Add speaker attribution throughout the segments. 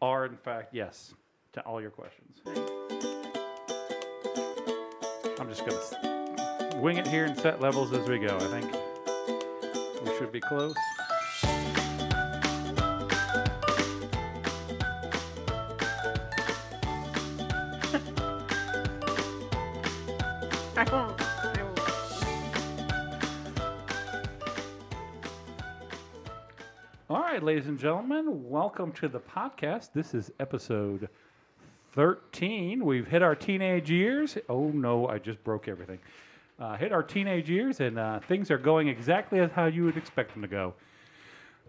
Speaker 1: are in fact yes to all your questions. I'm just gonna s- wing it here and set levels as we go. I think we should be close.
Speaker 2: I won't. I won't.
Speaker 1: All right, ladies and gentlemen, welcome to the podcast. This is episode 13. We've hit our teenage years. Oh no, I just broke everything. Uh, hit our teenage years, and uh, things are going exactly as how you would expect them to go.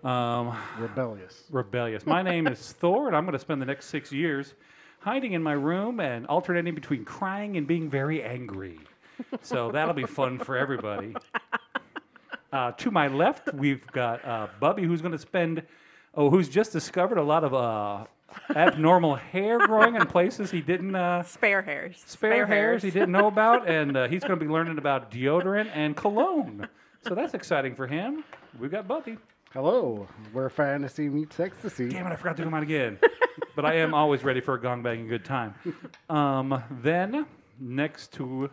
Speaker 1: Um,
Speaker 3: Rebellious.
Speaker 1: rebellious. My name is Thor, and I'm going to spend the next six years hiding in my room and alternating between crying and being very angry. So that'll be fun for everybody. Uh, to my left, we've got uh, Bubby, who's going to spend, oh, who's just discovered a lot of uh, abnormal hair growing in places he didn't. Uh,
Speaker 2: Spare hairs.
Speaker 1: spare, hairs he didn't know about, and uh, he's going to be learning about deodorant and cologne. So that's exciting for him. We've got Bubby.
Speaker 3: Hello, where fantasy meets ecstasy.
Speaker 1: Damn it, I forgot to come out again. but I am always ready for a gong bang and good time. Um, then, next to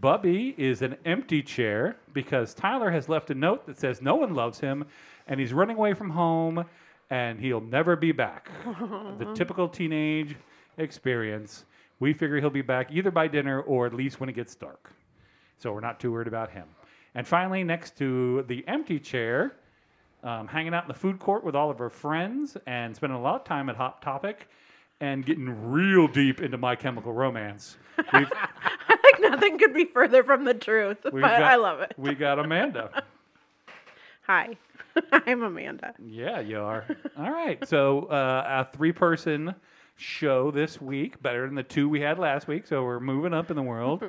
Speaker 1: Bubby is an empty chair because Tyler has left a note that says no one loves him and he's running away from home and he'll never be back. the typical teenage experience. We figure he'll be back either by dinner or at least when it gets dark. So we're not too worried about him. And finally, next to the empty chair, um, hanging out in the food court with all of her friends and spending a lot of time at Hot Topic and getting real deep into My Chemical Romance. We've,
Speaker 2: like nothing could be further from the truth, but
Speaker 1: we've
Speaker 2: I love it.
Speaker 1: We got Amanda.
Speaker 2: Hi, I'm Amanda.
Speaker 1: Yeah, you are. All right. So, uh, a three person show this week, better than the two we had last week. So, we're moving up in the world.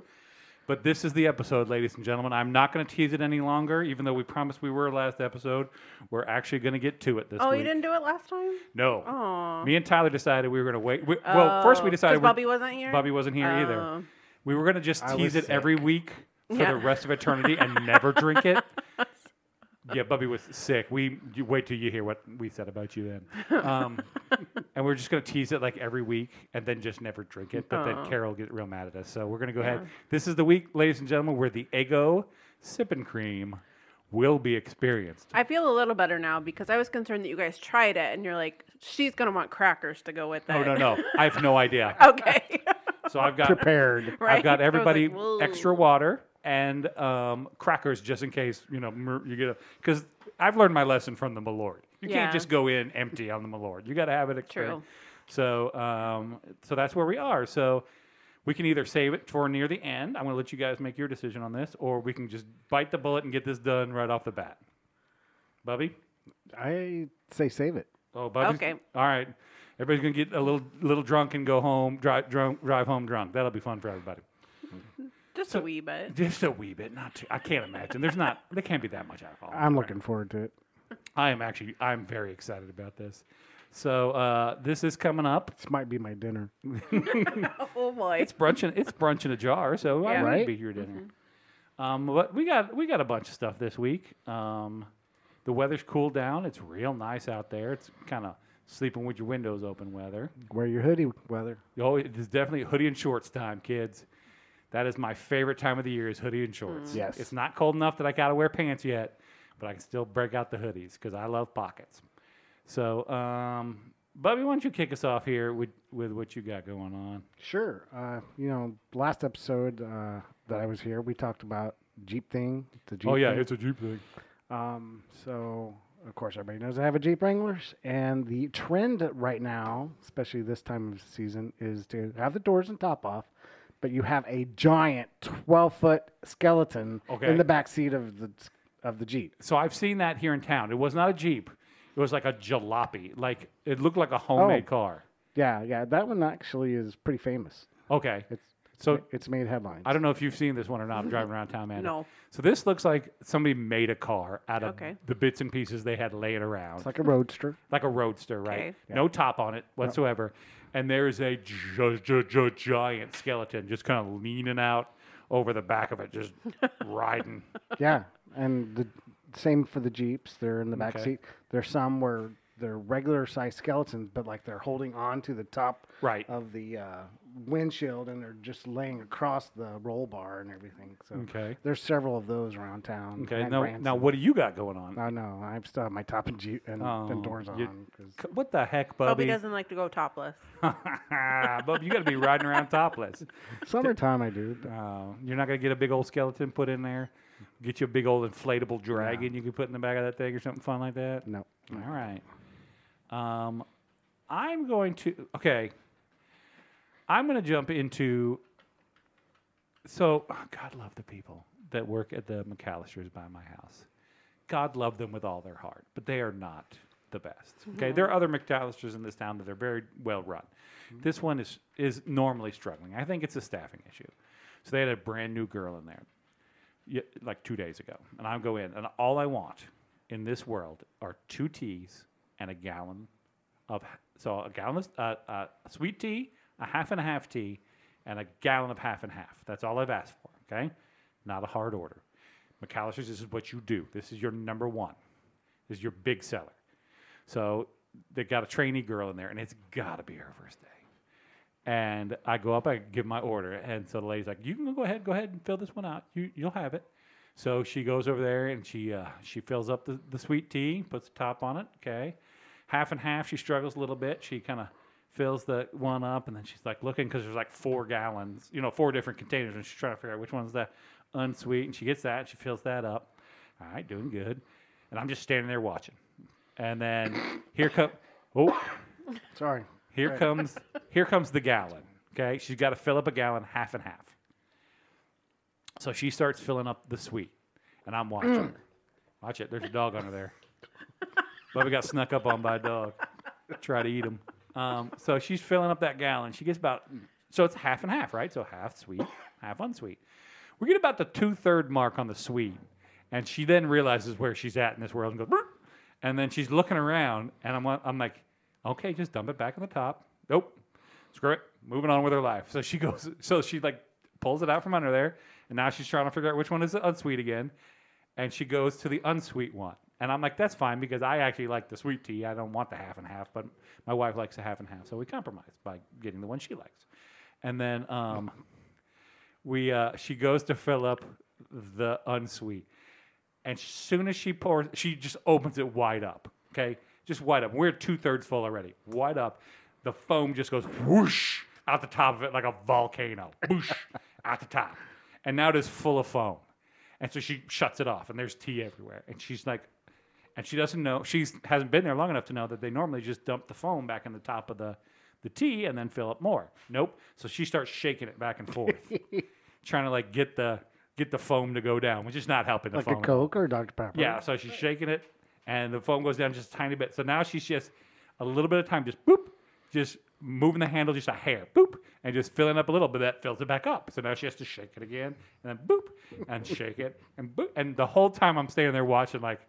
Speaker 1: but this is the episode, ladies and gentlemen. I'm not going to tease it any longer, even though we promised we were last episode. We're actually going to get to it this
Speaker 2: Oh,
Speaker 1: week.
Speaker 2: you didn't do it last time?
Speaker 1: No.
Speaker 2: Aw.
Speaker 1: Me and Tyler decided we were going to wait. We, well, first we
Speaker 2: Oh, 'cause
Speaker 1: decided we're-
Speaker 2: Bubby wasn't here.
Speaker 1: Bobby wasn't here
Speaker 2: Oh.
Speaker 1: either. We were going to just
Speaker 3: I
Speaker 1: tease
Speaker 3: was
Speaker 1: it every week for
Speaker 2: Yeah.
Speaker 1: the rest of eternity and never drink it. Yeah, Bubby was sick. We you wait till you hear what we said about you then. Um, and we're just going to tease it like every week and then just never drink it. But
Speaker 2: Aw.
Speaker 1: then Carol will get real mad at us. So we're going to go ahead.
Speaker 2: Yeah.
Speaker 1: This is the week, ladies and gentlemen, where the Eggo sip and cream will be experienced.
Speaker 2: I feel a little better now because I was concerned that you guys tried it and you're like, she's gonna want crackers to go with it.
Speaker 1: Oh, no, no. I have no idea.
Speaker 2: okay.
Speaker 1: So I've got
Speaker 3: Prepared.
Speaker 2: right?
Speaker 1: I've got
Speaker 2: I was
Speaker 1: everybody
Speaker 2: like, "Whoa."
Speaker 1: extra water and um, crackers just in case you know mer- you get a because I've learned my lesson from the Malord. You
Speaker 2: Yeah.
Speaker 1: can't just go in empty on the Malord. You got to have it. Experience.
Speaker 2: True.
Speaker 1: So um, so that's where we are. So we can either save it for near the end. I'm going to let you guys make your decision on this, or we can just bite the bullet and get this done right off the bat. Bubby.
Speaker 3: I say save it.
Speaker 1: Oh, Bubby.
Speaker 2: Okay.
Speaker 1: All right. Everybody's gonna get a little little drunk and go home. Drive drunk, drive home drunk. That'll be fun for everybody.
Speaker 2: Just a wee bit.
Speaker 1: Just a wee bit, not too. I can't imagine. There's not. There can't be that much alcohol.
Speaker 3: I'm looking forward to it.
Speaker 1: I am actually. I'm very excited about this. So uh, this is coming up.
Speaker 3: This might be my dinner.
Speaker 2: Oh boy.
Speaker 1: It's brunch. In, it's brunch in a jar. So I
Speaker 2: Yeah.
Speaker 1: wouldn't
Speaker 3: Right?
Speaker 1: be here dinner. Um, but we got we got a bunch of stuff this week. Um, the weather's cooled down. It's real nice out there. It's kind of sleeping with your windows open weather.
Speaker 3: Wear your hoodie, weather.
Speaker 1: Oh, it is definitely hoodie and shorts time, kids. That is my favorite time of the year is hoodie and shorts.
Speaker 3: Mm. Yes.
Speaker 1: It's not cold enough that I gotta wear pants yet, but I can still break out the hoodies because I love pockets. So, um, Bubby, why don't you kick us off here with, with what you got going on?
Speaker 3: Sure. Uh, you know, last episode uh, that I was here, we talked about Jeep thing. The Jeep
Speaker 1: oh yeah,
Speaker 3: thing.
Speaker 1: it's a Jeep thing.
Speaker 3: Um, so, of course, everybody knows I have a Jeep Wranglers, and the trend right now, especially this time of season, is to have the doors and top off, but you have a giant 12 foot skeleton
Speaker 1: Okay.
Speaker 3: in the back seat of the of the Jeep.
Speaker 1: So I've seen that here in town. It was not a Jeep. It was like a jalopy. Like it looked like a homemade
Speaker 3: Oh.
Speaker 1: car.
Speaker 3: Yeah, yeah, that one actually is pretty famous.
Speaker 1: Okay.
Speaker 3: It's
Speaker 1: So
Speaker 3: it's made headlines.
Speaker 1: I don't know if you've seen this one or not. I'm driving around town, man.
Speaker 2: No.
Speaker 1: So this looks like somebody made a car out of
Speaker 2: Okay.
Speaker 1: the bits and pieces they had laying around,
Speaker 3: It's
Speaker 1: like,
Speaker 3: like a roadster.
Speaker 1: a roadster, right?
Speaker 2: Okay.
Speaker 1: No top on it whatsoever, and there is a gi- gi- gi- giant skeleton just kind of leaning out over the back of it, just riding.
Speaker 3: yeah, and the same for the Jeeps. They're in the back
Speaker 1: Okay.
Speaker 3: seat. There's some where they're regular sized skeletons, but like they're holding on to the top
Speaker 1: Right.
Speaker 3: of the uh, windshield and they're just laying across the roll bar and everything. So
Speaker 1: Okay.
Speaker 3: there's several of those around town.
Speaker 1: Okay.
Speaker 3: and
Speaker 1: Now,
Speaker 3: Branson. Uh,
Speaker 1: now, what do you got going on?
Speaker 3: I know. I still have my top and, ju- and,
Speaker 1: Oh,
Speaker 3: and doors
Speaker 1: you-
Speaker 3: on. 'cause-
Speaker 1: C- What the heck,
Speaker 2: Bubby
Speaker 1: Bubby?
Speaker 2: doesn't like to go topless.
Speaker 1: Bub, you got to be riding around topless.
Speaker 3: Summertime, I do. but-
Speaker 1: Uh, you're not gonna get a big old skeleton put in there. Get you a big old inflatable dragon you can put in the back of that thing or something fun like that.
Speaker 3: No.
Speaker 1: All right. Um, I'm going to okay. I'm going to jump into. So God love the people that work at the McAllisters by my house. God love them with all their heart, but they are not the best. Okay, there are other McAllisters in this town that are very well run. This one is is normally struggling. I think it's a staffing issue. So they had a brand new girl in there ye- like two days ago, and I go in, and all I want in this world are two teas and a gallon of so a gallon of uh, uh, sweet tea, a half and a half tea, and a gallon of half and half. That's all I've asked for. Okay, not a hard order. McAllister's, this is what you do. This is your number one. This is your big seller. So they got a trainee girl in there, and it's got to be her first day. And I go up, I give my order, and so the lady's like, "You can go ahead, go ahead and fill this one out. You you'll have it." So she goes over there and she uh, she fills up the, the sweet tea, puts the top on it. Okay, half and half. She struggles a little bit. She kind of fills the one up, and then she's like looking because there's like four gallons, you know, four different containers, and she's trying to figure out which one's the unsweet. And she gets that, and she fills that up. All right, doing good. And I'm just standing there watching. And then here come oh.
Speaker 3: Sorry.
Speaker 1: Here comes here comes the gallon. Okay, she's got to fill up a gallon, half and half. So she starts filling up the sweet, and I'm watching her. Watch it. There's a dog under there. Bubba got snuck up on by a dog. Try to eat him. Um, so she's filling up that gallon. She gets about so it's half and half, right? So half sweet, half unsweet. We get about the two third mark on the sweet, and she then realizes where she's at in this world and goes, "Brr." and then she's looking around, and I'm like- I'm like, okay, just dump it back on the top. Nope, screw it, moving on with her life. So she goes, so she like pulls it out from under there, and now she's trying to figure out which one is the unsweet again, and she goes to the unsweet one. And I'm like, that's fine because I actually like the sweet tea. I don't want the half and half, but my wife likes the half and half, so we compromise by getting the one she likes. And then um, we uh, she goes to fill up the unsweet, and soon as she pours, she just opens it wide up. Okay, just wide up. We're two thirds full already. Wide up, the foam just goes whoosh out the top of it like a volcano. Whoosh out the top, and now it is full of foam. And so she shuts it off, and there's tea everywhere. And she's like, and she doesn't know she's hasn't been there long enough to know that they normally just dump the foam back in the top of the the tea and then fill up more. Nope. So she starts shaking it back and forth, trying to like get the get the foam to go down, which is not helping the
Speaker 3: Like
Speaker 1: foam.
Speaker 3: a
Speaker 1: at all.
Speaker 3: Coke or Dr. Pepper?
Speaker 1: Yeah, so she's shaking it, and the foam goes down just a tiny bit. So now she's just a little bit of time, just boop, just moving the handle just a hair, boop, and just filling up a little, but that fills it back up. So now she has to shake it again, and then boop, and shake it, and boop. And the whole time I'm standing there watching, like,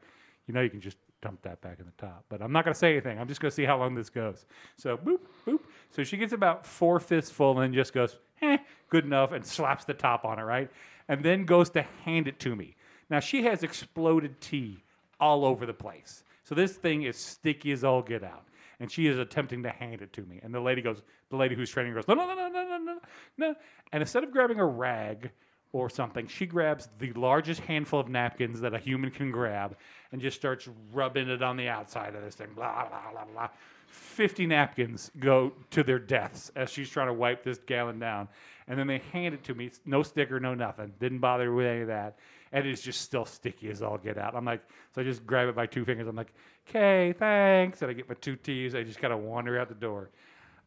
Speaker 1: you know, you can just dump that back in the top. But I'm not going to say anything. I'm just going to see how long this goes. So boop, boop. So she gets about four fists full and then just goes, eh, good enough, and slaps the top on it, right? And then goes to hand it to me. Now she has exploded tea all over the place. So this thing is sticky as all get out. And she is attempting to hand it to me. And the lady goes, the lady who's training goes, no, no, no, no, no, no, no, no. And instead of grabbing a rag or something, she grabs the largest handful of napkins that a human can grab and just starts rubbing it on the outside of this thing. Blah, blah, blah, blah. 50 napkins go to their deaths as she's trying to wipe this gallon down. And then they hand it to me. It's No sticker, no nothing. Didn't bother with any of that. And it's just still sticky as all get out. I'm like, so I just grab it by two fingers. I'm like, okay, thanks. And I get my two T's. I just kind of wander out the door.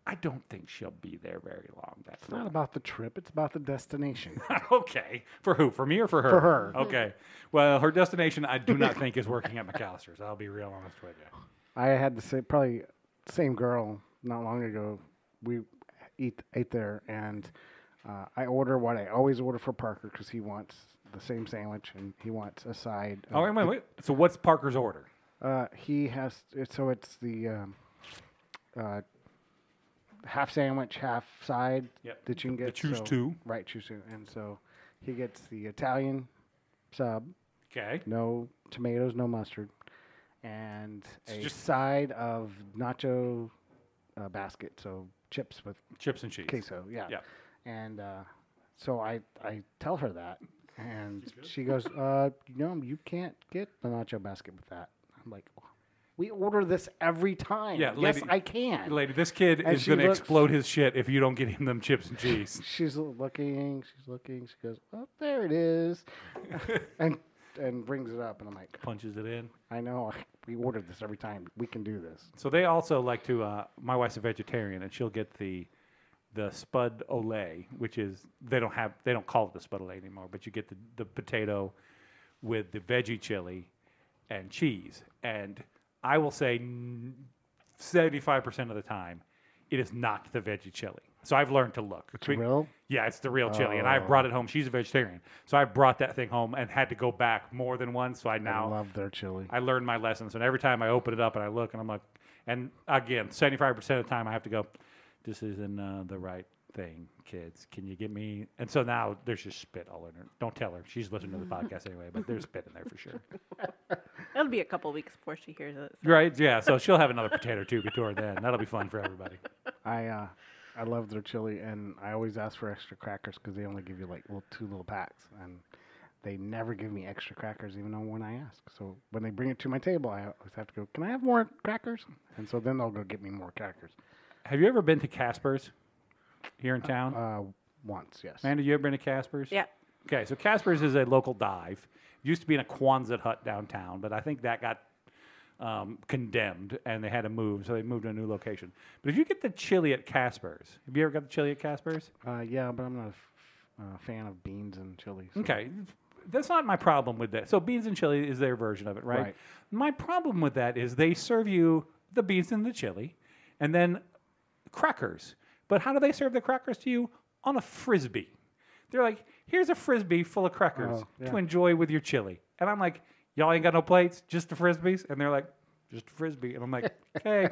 Speaker 1: I don't think she'll be there very long. That's
Speaker 3: It's not about the trip, it's about the destination.
Speaker 1: okay. For who? For me or for her?
Speaker 3: For her.
Speaker 1: Okay. Well, her destination, I do not think is working at McAllister's. I'll be real honest with you.
Speaker 3: I had the same, probably same girl not long ago. We eat ate there, and uh, I order what I always order for Parker because he wants the same sandwich and he wants a side. of-
Speaker 1: Oh, wait, wait, wait. So what's Parker's order?
Speaker 3: Uh, he has it, so it's the um, uh, half sandwich, half side
Speaker 1: Yep.
Speaker 3: that you can get.
Speaker 1: choose
Speaker 3: so-
Speaker 1: two.
Speaker 3: Right, choose two, and so he gets the Italian sub,
Speaker 1: Okay.
Speaker 3: no tomatoes, no mustard, and
Speaker 1: It's
Speaker 3: a
Speaker 1: just-
Speaker 3: side of nacho uh, basket, so chips with
Speaker 1: Chips and cheese.
Speaker 3: queso. Yeah.
Speaker 1: Yeah.
Speaker 3: And uh, so I I tell her that, and she goes, uh, "No, you can't get the nacho basket with that." I'm like, "We order this every time.
Speaker 1: Yeah,
Speaker 3: yes,
Speaker 1: lady-
Speaker 3: I can."
Speaker 1: Lady, this kid
Speaker 3: And
Speaker 1: is
Speaker 3: she
Speaker 1: going to
Speaker 3: looks-
Speaker 1: explode his shit if you don't get him them chips and cheese.
Speaker 3: She's l- looking. She's looking. She goes, "Oh, there it is," and and brings it up, and I'm like,
Speaker 1: Punches it in.
Speaker 3: "I know. We ordered this every time. We can do this."
Speaker 1: So they also like to. Uh, my wife's a vegetarian, and she'll get the the spud ole, which is they don't have they don't call it the spud ole anymore, but you get the, the potato with the veggie chili and cheese. And I will say seventy five percent of the time, it is not the veggie chili. So I've learned to look. It's
Speaker 3: real?
Speaker 1: Yeah, it's the real chili, and I brought it home. She's a vegetarian, so I brought that thing home and had to go back more than once. So I now
Speaker 3: I love their chili.
Speaker 1: I learned my lessons, and every time I open it up and I look, and I'm like, and again, 75% of the time I have to go, this isn't uh, the right thing, kids. Can you get me? And so now there's just spit all in her. Don't tell her. She's listening to the podcast anyway, but there's spit in there for sure.
Speaker 2: It'll be a couple weeks before she hears it. so-
Speaker 1: Right? Yeah. So she'll have another potato tube before then. That'll be fun for everybody.
Speaker 3: I uh, I love their chili, and I always ask for extra crackers because they only give you like little two little packs, and they never give me extra crackers even on when I ask. So when they bring it to my table, I always have to go, "Can I have more crackers?" And so then they'll go get me more crackers.
Speaker 1: Have you ever been to Casper's here in town?
Speaker 3: Uh, once, yes.
Speaker 1: Amanda, you ever been to Casper's?
Speaker 2: Yeah.
Speaker 1: Okay, so Casper's is a local dive. It used to be in a Quonset hut downtown, but I think that got um, condemned and they had to move, so they moved to a new location. But if you get the chili at Casper's, have you ever got the chili at Casper's?
Speaker 3: Uh, yeah, but I'm not a f- uh, fan of beans and chili. so-
Speaker 1: Okay. That's not my problem with that. So beans and chili is their version of it, right?
Speaker 3: Right.
Speaker 1: My problem with that is they serve you the beans and the chili and then crackers. But how do they serve the crackers to you? On a frisbee. They're like, here's a frisbee full of crackers
Speaker 3: Oh, yeah.
Speaker 1: to enjoy with your chili. And I'm like, y'all ain't got no plates, just the frisbees? And they're like, just a frisbee. And I'm like, okay,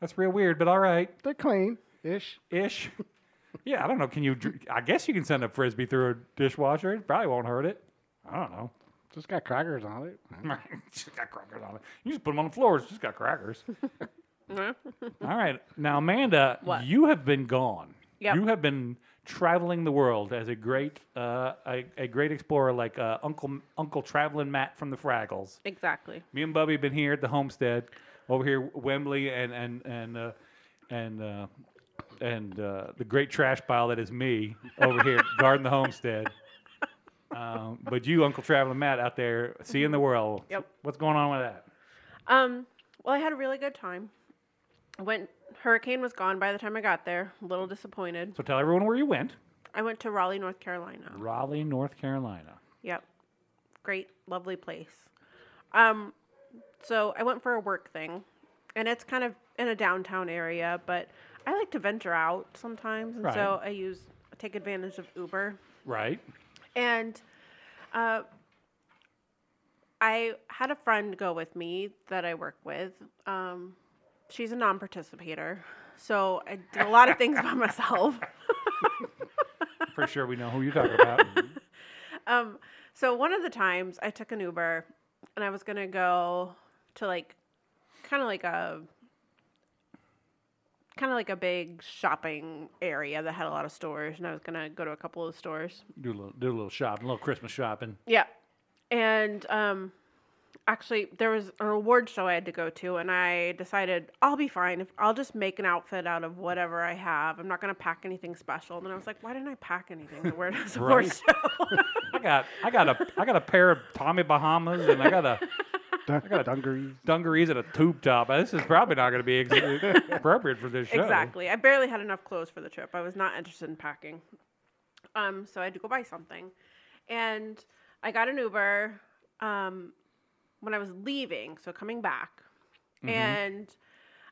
Speaker 1: that's real weird, but all right
Speaker 3: They're clean ish.
Speaker 1: ish. yeah, I don't know. Can you? dr- I guess you can send a frisbee through a dishwasher. It probably won't hurt it. I don't know.
Speaker 3: Just got crackers on it.
Speaker 1: It's just got crackers on it. You just put them on the floor. It's just got crackers. All right, now Amanda,
Speaker 2: What?
Speaker 1: you have been gone.
Speaker 2: Yep.
Speaker 1: You have been traveling the world as a great, uh, a, a great explorer like uh, Uncle Uncle Traveling Matt from the Fraggles.
Speaker 2: Exactly.
Speaker 1: Me and Bubby been here at the homestead, over here Wembley and and and uh, and uh, and uh, the great trash pile that is me over here guarding the homestead. Um, but you, Uncle Traveling Matt, out there seeing the world.
Speaker 2: Yep.
Speaker 1: What's going on with that?
Speaker 2: Um, well, I had a really good time. Went hurricane was gone by the time I got there. A little disappointed.
Speaker 1: So tell everyone where you went.
Speaker 2: I went to Raleigh, North Carolina.
Speaker 1: Raleigh, North Carolina.
Speaker 2: Yep. Great, lovely place. Um, so I went for a work thing, and it's kind of in a downtown area, but I like to venture out sometimes, and so I use I take advantage of Uber,
Speaker 1: Right.
Speaker 2: and uh, I had a friend go with me that I work with. Um, she's a non-participator, so I did a lot of things by myself.
Speaker 1: For sure, we know who you're talking about.
Speaker 2: Um, so one of the times I took an Uber and I was gonna go to like kind of like a kind of like a big shopping area that had a lot of stores and I was gonna go to a couple of stores.
Speaker 1: do a little, do a little shopping, a little Christmas shopping.
Speaker 2: Yeah. And um actually there was an award show I had to go to and I decided I'll be fine if I'll just make an outfit out of whatever I have. I'm not gonna pack anything special. And then I was like, why didn't I pack anything to wear to this award show?
Speaker 1: I got, I got a, I got a pair of Tommy Bahamas, and I got a.
Speaker 3: Dun- dungarees.
Speaker 1: dungarees and a tube top. This is probably not going to be ex- appropriate for this show.
Speaker 2: Exactly. I barely had enough clothes for the trip. I was not interested in packing. Um, so I had to go buy something. And I got an Uber um, when I was leaving, so coming back.
Speaker 1: Mm-hmm.
Speaker 2: And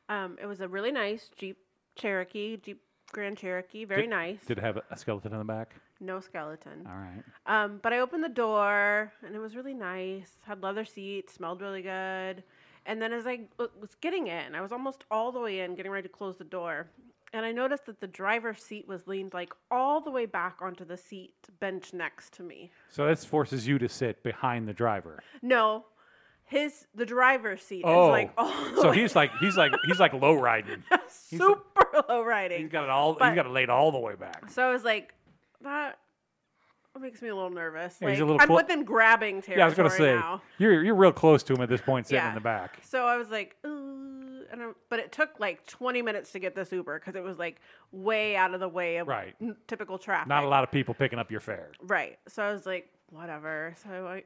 Speaker 2: um, it was a really nice Jeep Cherokee, Jeep Grand Cherokee, very nice.
Speaker 1: Did it have a skeleton in the back?
Speaker 2: no skeleton.
Speaker 1: All right.
Speaker 2: Um, but I opened the door and it was really nice. Had leather seats, smelled really good. And then as I w- was getting in, I was almost all the way in, getting ready to close the door. And I noticed that the driver's seat was leaned like all the way back onto the seat bench next to me.
Speaker 1: So this forces you to sit behind the driver.
Speaker 2: No, his the driver's seat
Speaker 1: Oh,
Speaker 2: is like all the
Speaker 1: so
Speaker 2: way
Speaker 1: he's like he's like he's like low riding.
Speaker 2: super low
Speaker 1: He's
Speaker 2: riding.
Speaker 1: got it all.
Speaker 2: But-
Speaker 1: he's got it laid all the way back.
Speaker 2: So I was like, that makes me a little nervous.
Speaker 1: Yeah, he's
Speaker 2: like,
Speaker 1: a little
Speaker 2: I'm
Speaker 1: clo-
Speaker 2: within grabbing territory
Speaker 1: Yeah, I was gonna say
Speaker 2: now.
Speaker 1: you're you're real close to him at this point, sitting in
Speaker 2: Yeah.
Speaker 1: the back.
Speaker 2: So I was like, "Ooh," and i but it took like 20 minutes to get this Uber because it was like way out of the way of
Speaker 1: Right.
Speaker 2: n- typical traffic.
Speaker 1: Not a lot of people picking up your fare.
Speaker 2: Right. So I was like, whatever. So I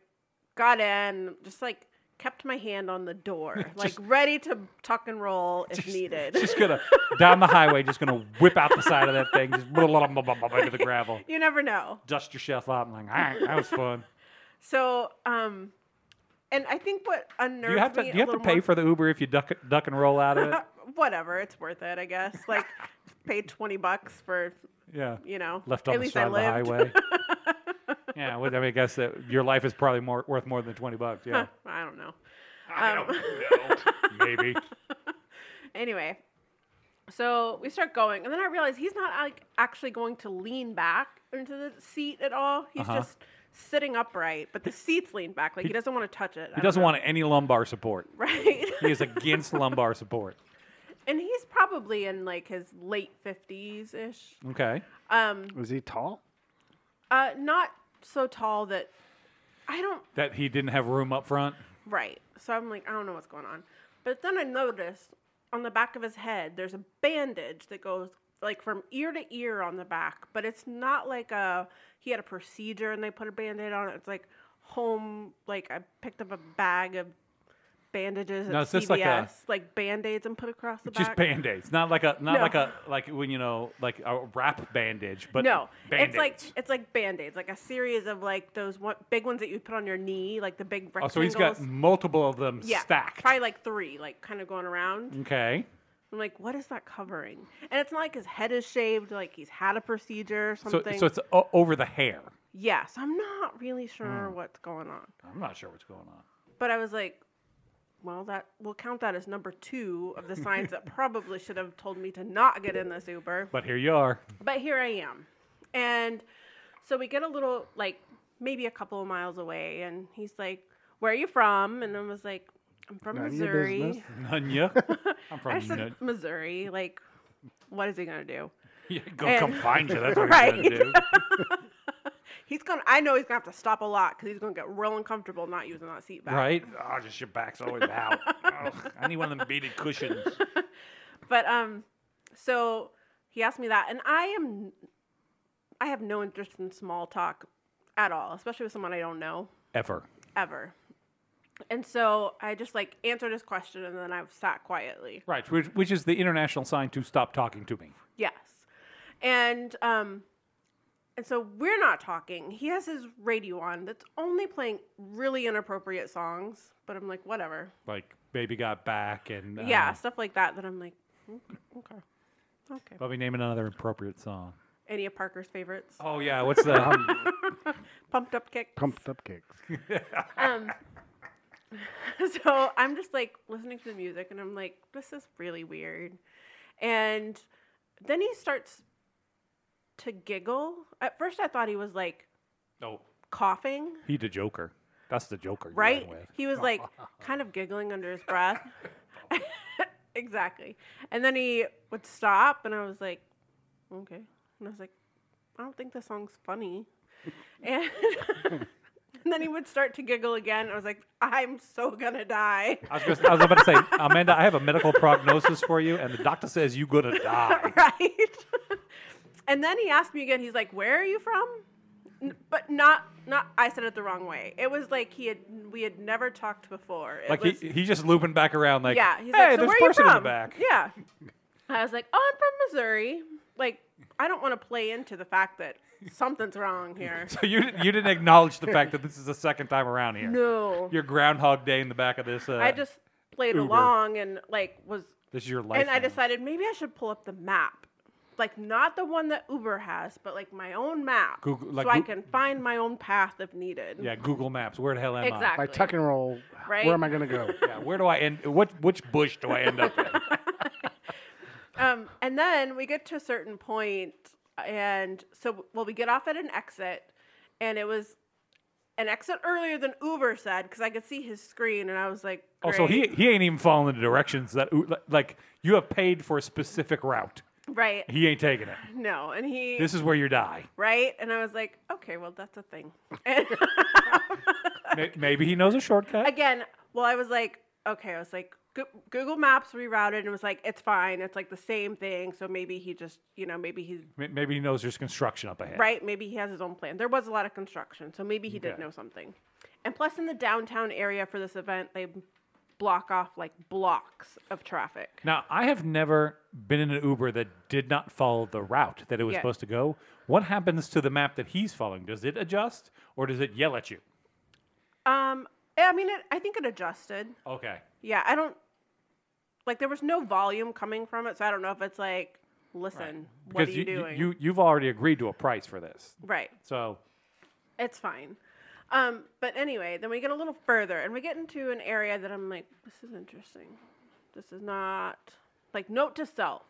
Speaker 2: got in, just like kept my hand on the door, like ready to tuck and roll if needed.
Speaker 1: Just gonna down the highway, just gonna whip out the side of that thing, just blah, blah, blah, blah, blah, into the gravel.
Speaker 2: you never know.
Speaker 1: Dust yourself out and like, all right, that was fun.
Speaker 2: So, um, and I think what unnerved
Speaker 1: Do you have to
Speaker 2: me
Speaker 1: do
Speaker 2: a
Speaker 1: you have to
Speaker 2: little
Speaker 1: pay
Speaker 2: more-
Speaker 1: for the Uber if you duck duck and roll out of it?
Speaker 2: whatever. It's worth it, I guess. Like, paid twenty bucks for
Speaker 1: Yeah.
Speaker 2: you know.
Speaker 1: Left
Speaker 2: at
Speaker 1: on the
Speaker 2: least
Speaker 1: side
Speaker 2: I
Speaker 1: of the
Speaker 2: lived.
Speaker 1: highway. yeah, well, I mean, I guess that your life is probably more worth more than twenty bucks. Yeah,
Speaker 2: I don't know.
Speaker 1: I
Speaker 2: Um.
Speaker 1: don't know. Maybe.
Speaker 2: Anyway, so we start going, and then I realize he's not like actually going to lean back into the seat at all. He's
Speaker 1: Uh-huh.
Speaker 2: just sitting upright, but the seat's leaned back. Like he, doesn't want to touch it.
Speaker 1: He doesn't want any lumbar support.
Speaker 2: right.
Speaker 1: He is against lumbar support.
Speaker 2: and he's probably in like his late fifties ish.
Speaker 1: Okay.
Speaker 2: Um,
Speaker 3: Was he tall?
Speaker 2: uh, not so tall that I don't
Speaker 1: That he didn't have room up front.
Speaker 2: Right. So I'm like, I don't know what's going on. But then I noticed on the back of his head, there's a bandage that goes like from ear to ear on the back, but it's not like a he had a procedure and they put a band-aid on it. It's like home like I picked up a bag of bandages at
Speaker 1: Now, is
Speaker 2: CVS,
Speaker 1: this
Speaker 2: like,
Speaker 1: like a-
Speaker 2: band-aids and put across the
Speaker 1: Just
Speaker 2: back.
Speaker 1: band-aids. Not like a not
Speaker 2: No.
Speaker 1: like a like when you know like a wrap bandage, but
Speaker 2: no,
Speaker 1: band-aids.
Speaker 2: it's like it's like band-aids, like a series of like those one, big ones that you put on your knee, like the big
Speaker 1: oh,
Speaker 2: rectangles.
Speaker 1: so he's got multiple of them
Speaker 2: yeah,
Speaker 1: stacked.
Speaker 2: probably like three, like kind of going around.
Speaker 1: Okay.
Speaker 2: I'm like, what is that covering? And it's not like his head is shaved, like he's had a procedure or
Speaker 1: So
Speaker 2: something.
Speaker 1: so it's o- over the hair.
Speaker 2: yeah, so I'm not really
Speaker 1: Hmm.
Speaker 2: sure what's going on.
Speaker 1: I'm not sure what's going on.
Speaker 2: But I was like, well, that we'll count that as number two of the signs that probably should have told me to not get in this Uber.
Speaker 1: But here you are.
Speaker 2: But here I am. And so we get a little, like, maybe a couple of miles away, and he's like, where are you from? And I was like, I'm from
Speaker 3: None of your
Speaker 2: Missouri.
Speaker 3: business.
Speaker 1: Nunya. I'm
Speaker 2: I
Speaker 1: from
Speaker 2: said,
Speaker 1: Nunya.
Speaker 2: Missouri. Like, what is he going to do?
Speaker 1: Yeah, go come
Speaker 2: and-
Speaker 1: find you. That's what he's gonna
Speaker 2: Right.
Speaker 1: do.
Speaker 2: He's gonna. I know he's gonna have to stop a lot because he's gonna get real uncomfortable not using that seat back.
Speaker 1: Right? Oh, just your back's always out. Ugh, I need one of them beaded cushions.
Speaker 2: But um, so he asked me that, and I am, I have no interest in small talk at all, especially with someone I don't know
Speaker 1: Ever.
Speaker 2: ever. And so I just like answered his question, and then I sat quietly.
Speaker 1: Right, which, which is the international sign to stop talking to me.
Speaker 2: Yes. And um and so we're not talking. He has his radio on that's only playing really inappropriate songs, but I'm like, whatever.
Speaker 1: Like, baby got back and. Uh,
Speaker 2: yeah, stuff like that that I'm like, "Hmm, okay. Okay. okay.
Speaker 1: Let me name another appropriate song.
Speaker 2: Any of Parker's favorites?
Speaker 1: Oh, yeah. What's the.
Speaker 3: Um,
Speaker 2: Pumped up kick.
Speaker 3: Pumped up kicks.
Speaker 2: Um so I'm just like listening to the music and I'm like, this is really weird. And then he starts to giggle. At first I thought he was like
Speaker 1: oh,
Speaker 2: coughing.
Speaker 1: he the Joker. That's the Joker. you're
Speaker 2: right?
Speaker 1: in with.
Speaker 2: He was like kind of giggling under his breath. exactly. And then he would stop, and I was like, okay. And I was like, I don't think the song's funny. And, and then he would start to giggle again. I was like, I'm so gonna die.
Speaker 1: I was, gonna, I was about to say, Amanda, I have a medical prognosis for you, and the doctor says you're going to die.
Speaker 2: right? and then he asked me again. He's like, "Where are you from?" N- but not not. I said it the wrong way. It was like he had we had never talked before. It
Speaker 1: Like,
Speaker 2: was,
Speaker 1: he, he's just looping back around, like,
Speaker 2: yeah, he's
Speaker 1: hey,
Speaker 2: like, so
Speaker 1: there's
Speaker 2: where
Speaker 1: a
Speaker 2: are you
Speaker 1: person
Speaker 2: from?
Speaker 1: in the back.
Speaker 2: Yeah. I was like, oh, I'm from Missouri. Like, I don't want to play into the fact that something's wrong here.
Speaker 1: So you, you didn't acknowledge the fact that this is the second time around here.
Speaker 2: No.
Speaker 1: Your Groundhog Day in the back of this. Uh,
Speaker 2: I just played
Speaker 1: Uber.
Speaker 2: along and, like, was,
Speaker 1: This is your life.
Speaker 2: and I
Speaker 1: now.
Speaker 2: decided maybe I should pull up the map. Like, not the one that Uber has, but, like, my own map.
Speaker 1: Google- like
Speaker 2: so I
Speaker 1: Goo-
Speaker 2: can find my own path if needed.
Speaker 1: Yeah, Google Maps. Where the hell am
Speaker 2: Exactly.
Speaker 3: By tuck and roll,
Speaker 2: Right?
Speaker 3: where am I going to go?
Speaker 1: I? Yeah, where do I end? What which bush do I end up in?
Speaker 2: Um, and then we get to a certain point, and so well, we get off at an exit, and it was an exit earlier than Uber said because I could see his screen and I was like,
Speaker 1: Oh, so he
Speaker 2: "Great."
Speaker 1: he ain't even following the directions that U- li- like you have paid for a specific route.
Speaker 2: right
Speaker 1: He ain't taking it.
Speaker 2: no, and he
Speaker 1: This is where you die.
Speaker 2: right, and I was like, okay, well that's a thing. And
Speaker 1: May- Maybe he knows a shortcut.
Speaker 2: again, well I was like, okay, I was like. Goo- Google Maps rerouted and was like, it's fine. It's like the same thing. So maybe he just, you know, maybe he's
Speaker 1: May- Maybe he knows there's construction up ahead.
Speaker 2: Right? Maybe he has his own plan. There was a lot of construction, so maybe he did
Speaker 1: Okay.
Speaker 2: know something. And plus, in the downtown area for this event, they block off like blocks of traffic.
Speaker 1: Now, I have never been in an Uber that did not follow the route that it was
Speaker 2: Yeah.
Speaker 1: supposed to go. What happens to the map that he's following? Does it adjust or does it yell at you?
Speaker 2: Um, I mean, it, I think it adjusted.
Speaker 1: Okay.
Speaker 2: Yeah, I don't like there was no volume coming from it, so I don't know if it's like, listen, what are
Speaker 1: Because
Speaker 2: you,
Speaker 1: you, you,
Speaker 2: doing?
Speaker 1: you you've already agreed to a price for this.
Speaker 2: right.
Speaker 1: So
Speaker 2: It's fine. Um, but anyway, then we get a little further and we get into an area that I'm like, this is interesting. This is not like note to self.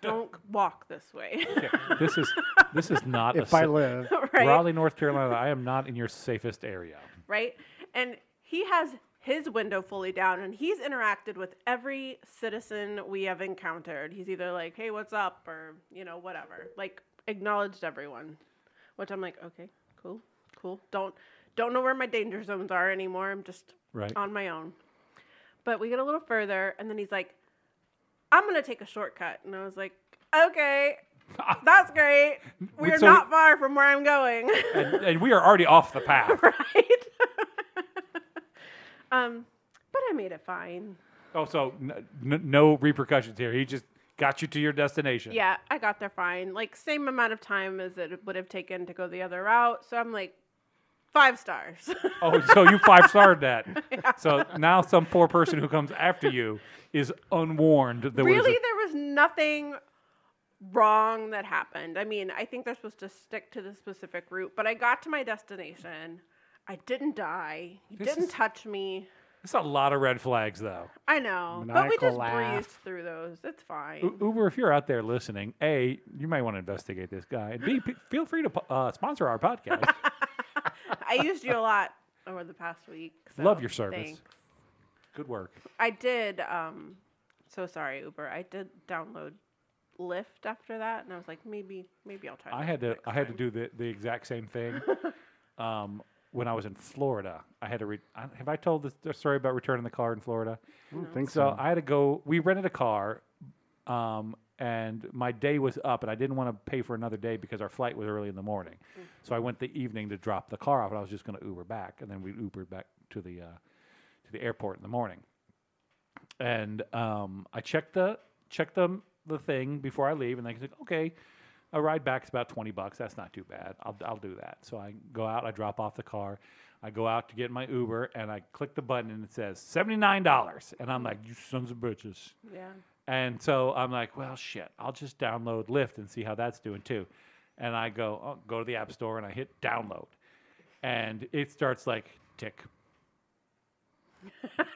Speaker 2: Don't walk this way.
Speaker 1: this is this is not a
Speaker 3: If I
Speaker 1: sa-
Speaker 3: live,
Speaker 2: right?
Speaker 1: Raleigh, North Carolina. I am not in your safest area.
Speaker 2: Right? And he has his window fully down and he's interacted with every citizen we have encountered. He's either like, hey, what's up? or, you know, whatever. Like, acknowledged everyone, which I'm like, okay, cool, cool. Don't. Don't know where my danger zones are anymore. I'm just
Speaker 1: Right.
Speaker 2: on my own. But we get a little further, and then he's like, I'm going to take a shortcut. And I was like, okay, that's great. We are
Speaker 1: So-
Speaker 2: not far from where I'm going.
Speaker 1: and, and we are already off the path.
Speaker 2: right? um, but I made it fine.
Speaker 1: Oh, so n- n- no repercussions here. He just got you to your destination.
Speaker 2: Yeah, I got there fine. Like, same amount of time as it would have taken to go the other route. So I'm like, five stars.
Speaker 1: Oh, so you five starred that. So now some poor person who comes after you is unwarned. That was
Speaker 2: really there was nothing wrong that happened i mean i think they're supposed to stick to the specific route but i got to my destination i didn't die you
Speaker 1: This
Speaker 2: didn't
Speaker 1: is-
Speaker 2: touch me
Speaker 1: it's a lot of red flags, though.
Speaker 2: i know but we
Speaker 3: Maniacal
Speaker 2: just
Speaker 3: laugh.
Speaker 2: breezed through those it's fine
Speaker 1: U- Uber, if you're out there listening, A, you might want to investigate this guy. And B, p- feel free to po- uh, sponsor our podcast.
Speaker 2: i used you a lot over the past week so
Speaker 1: Love your service.
Speaker 2: thanks.
Speaker 1: Good work.
Speaker 2: i did um so sorry uber i did download lyft after that and i was like maybe maybe i'll try
Speaker 1: I
Speaker 2: Lyft
Speaker 1: had to
Speaker 2: next
Speaker 1: I had to
Speaker 2: time.
Speaker 1: do the, the exact same thing. Um, when I was in Florida, I had to re- I, have I told this- the story about returning the car in Florida?
Speaker 3: I don't think
Speaker 1: So
Speaker 3: so.
Speaker 1: I had to go. We rented a car, um, and my day was up, and I didn't want to pay for another day because our flight was early in the morning. So I went the evening to drop the car off, and I was just going to Uber back, and then we Ubered back to the uh, to the airport in the morning. And um, I checked the checked the the thing before I leave, and I was like, okay. A ride back is about twenty bucks. That's not too bad. I'll, I'll do that. So I go out. I drop off the car. I go out to get my Uber, and I click the button, and it says seventy nine dollars. And I'm like, you sons of bitches.
Speaker 2: yeah
Speaker 1: And so I'm like, well, shit, I'll just download Lyft and see how that's doing too. And I go, oh, go to the App Store and I hit download. And it starts like tick.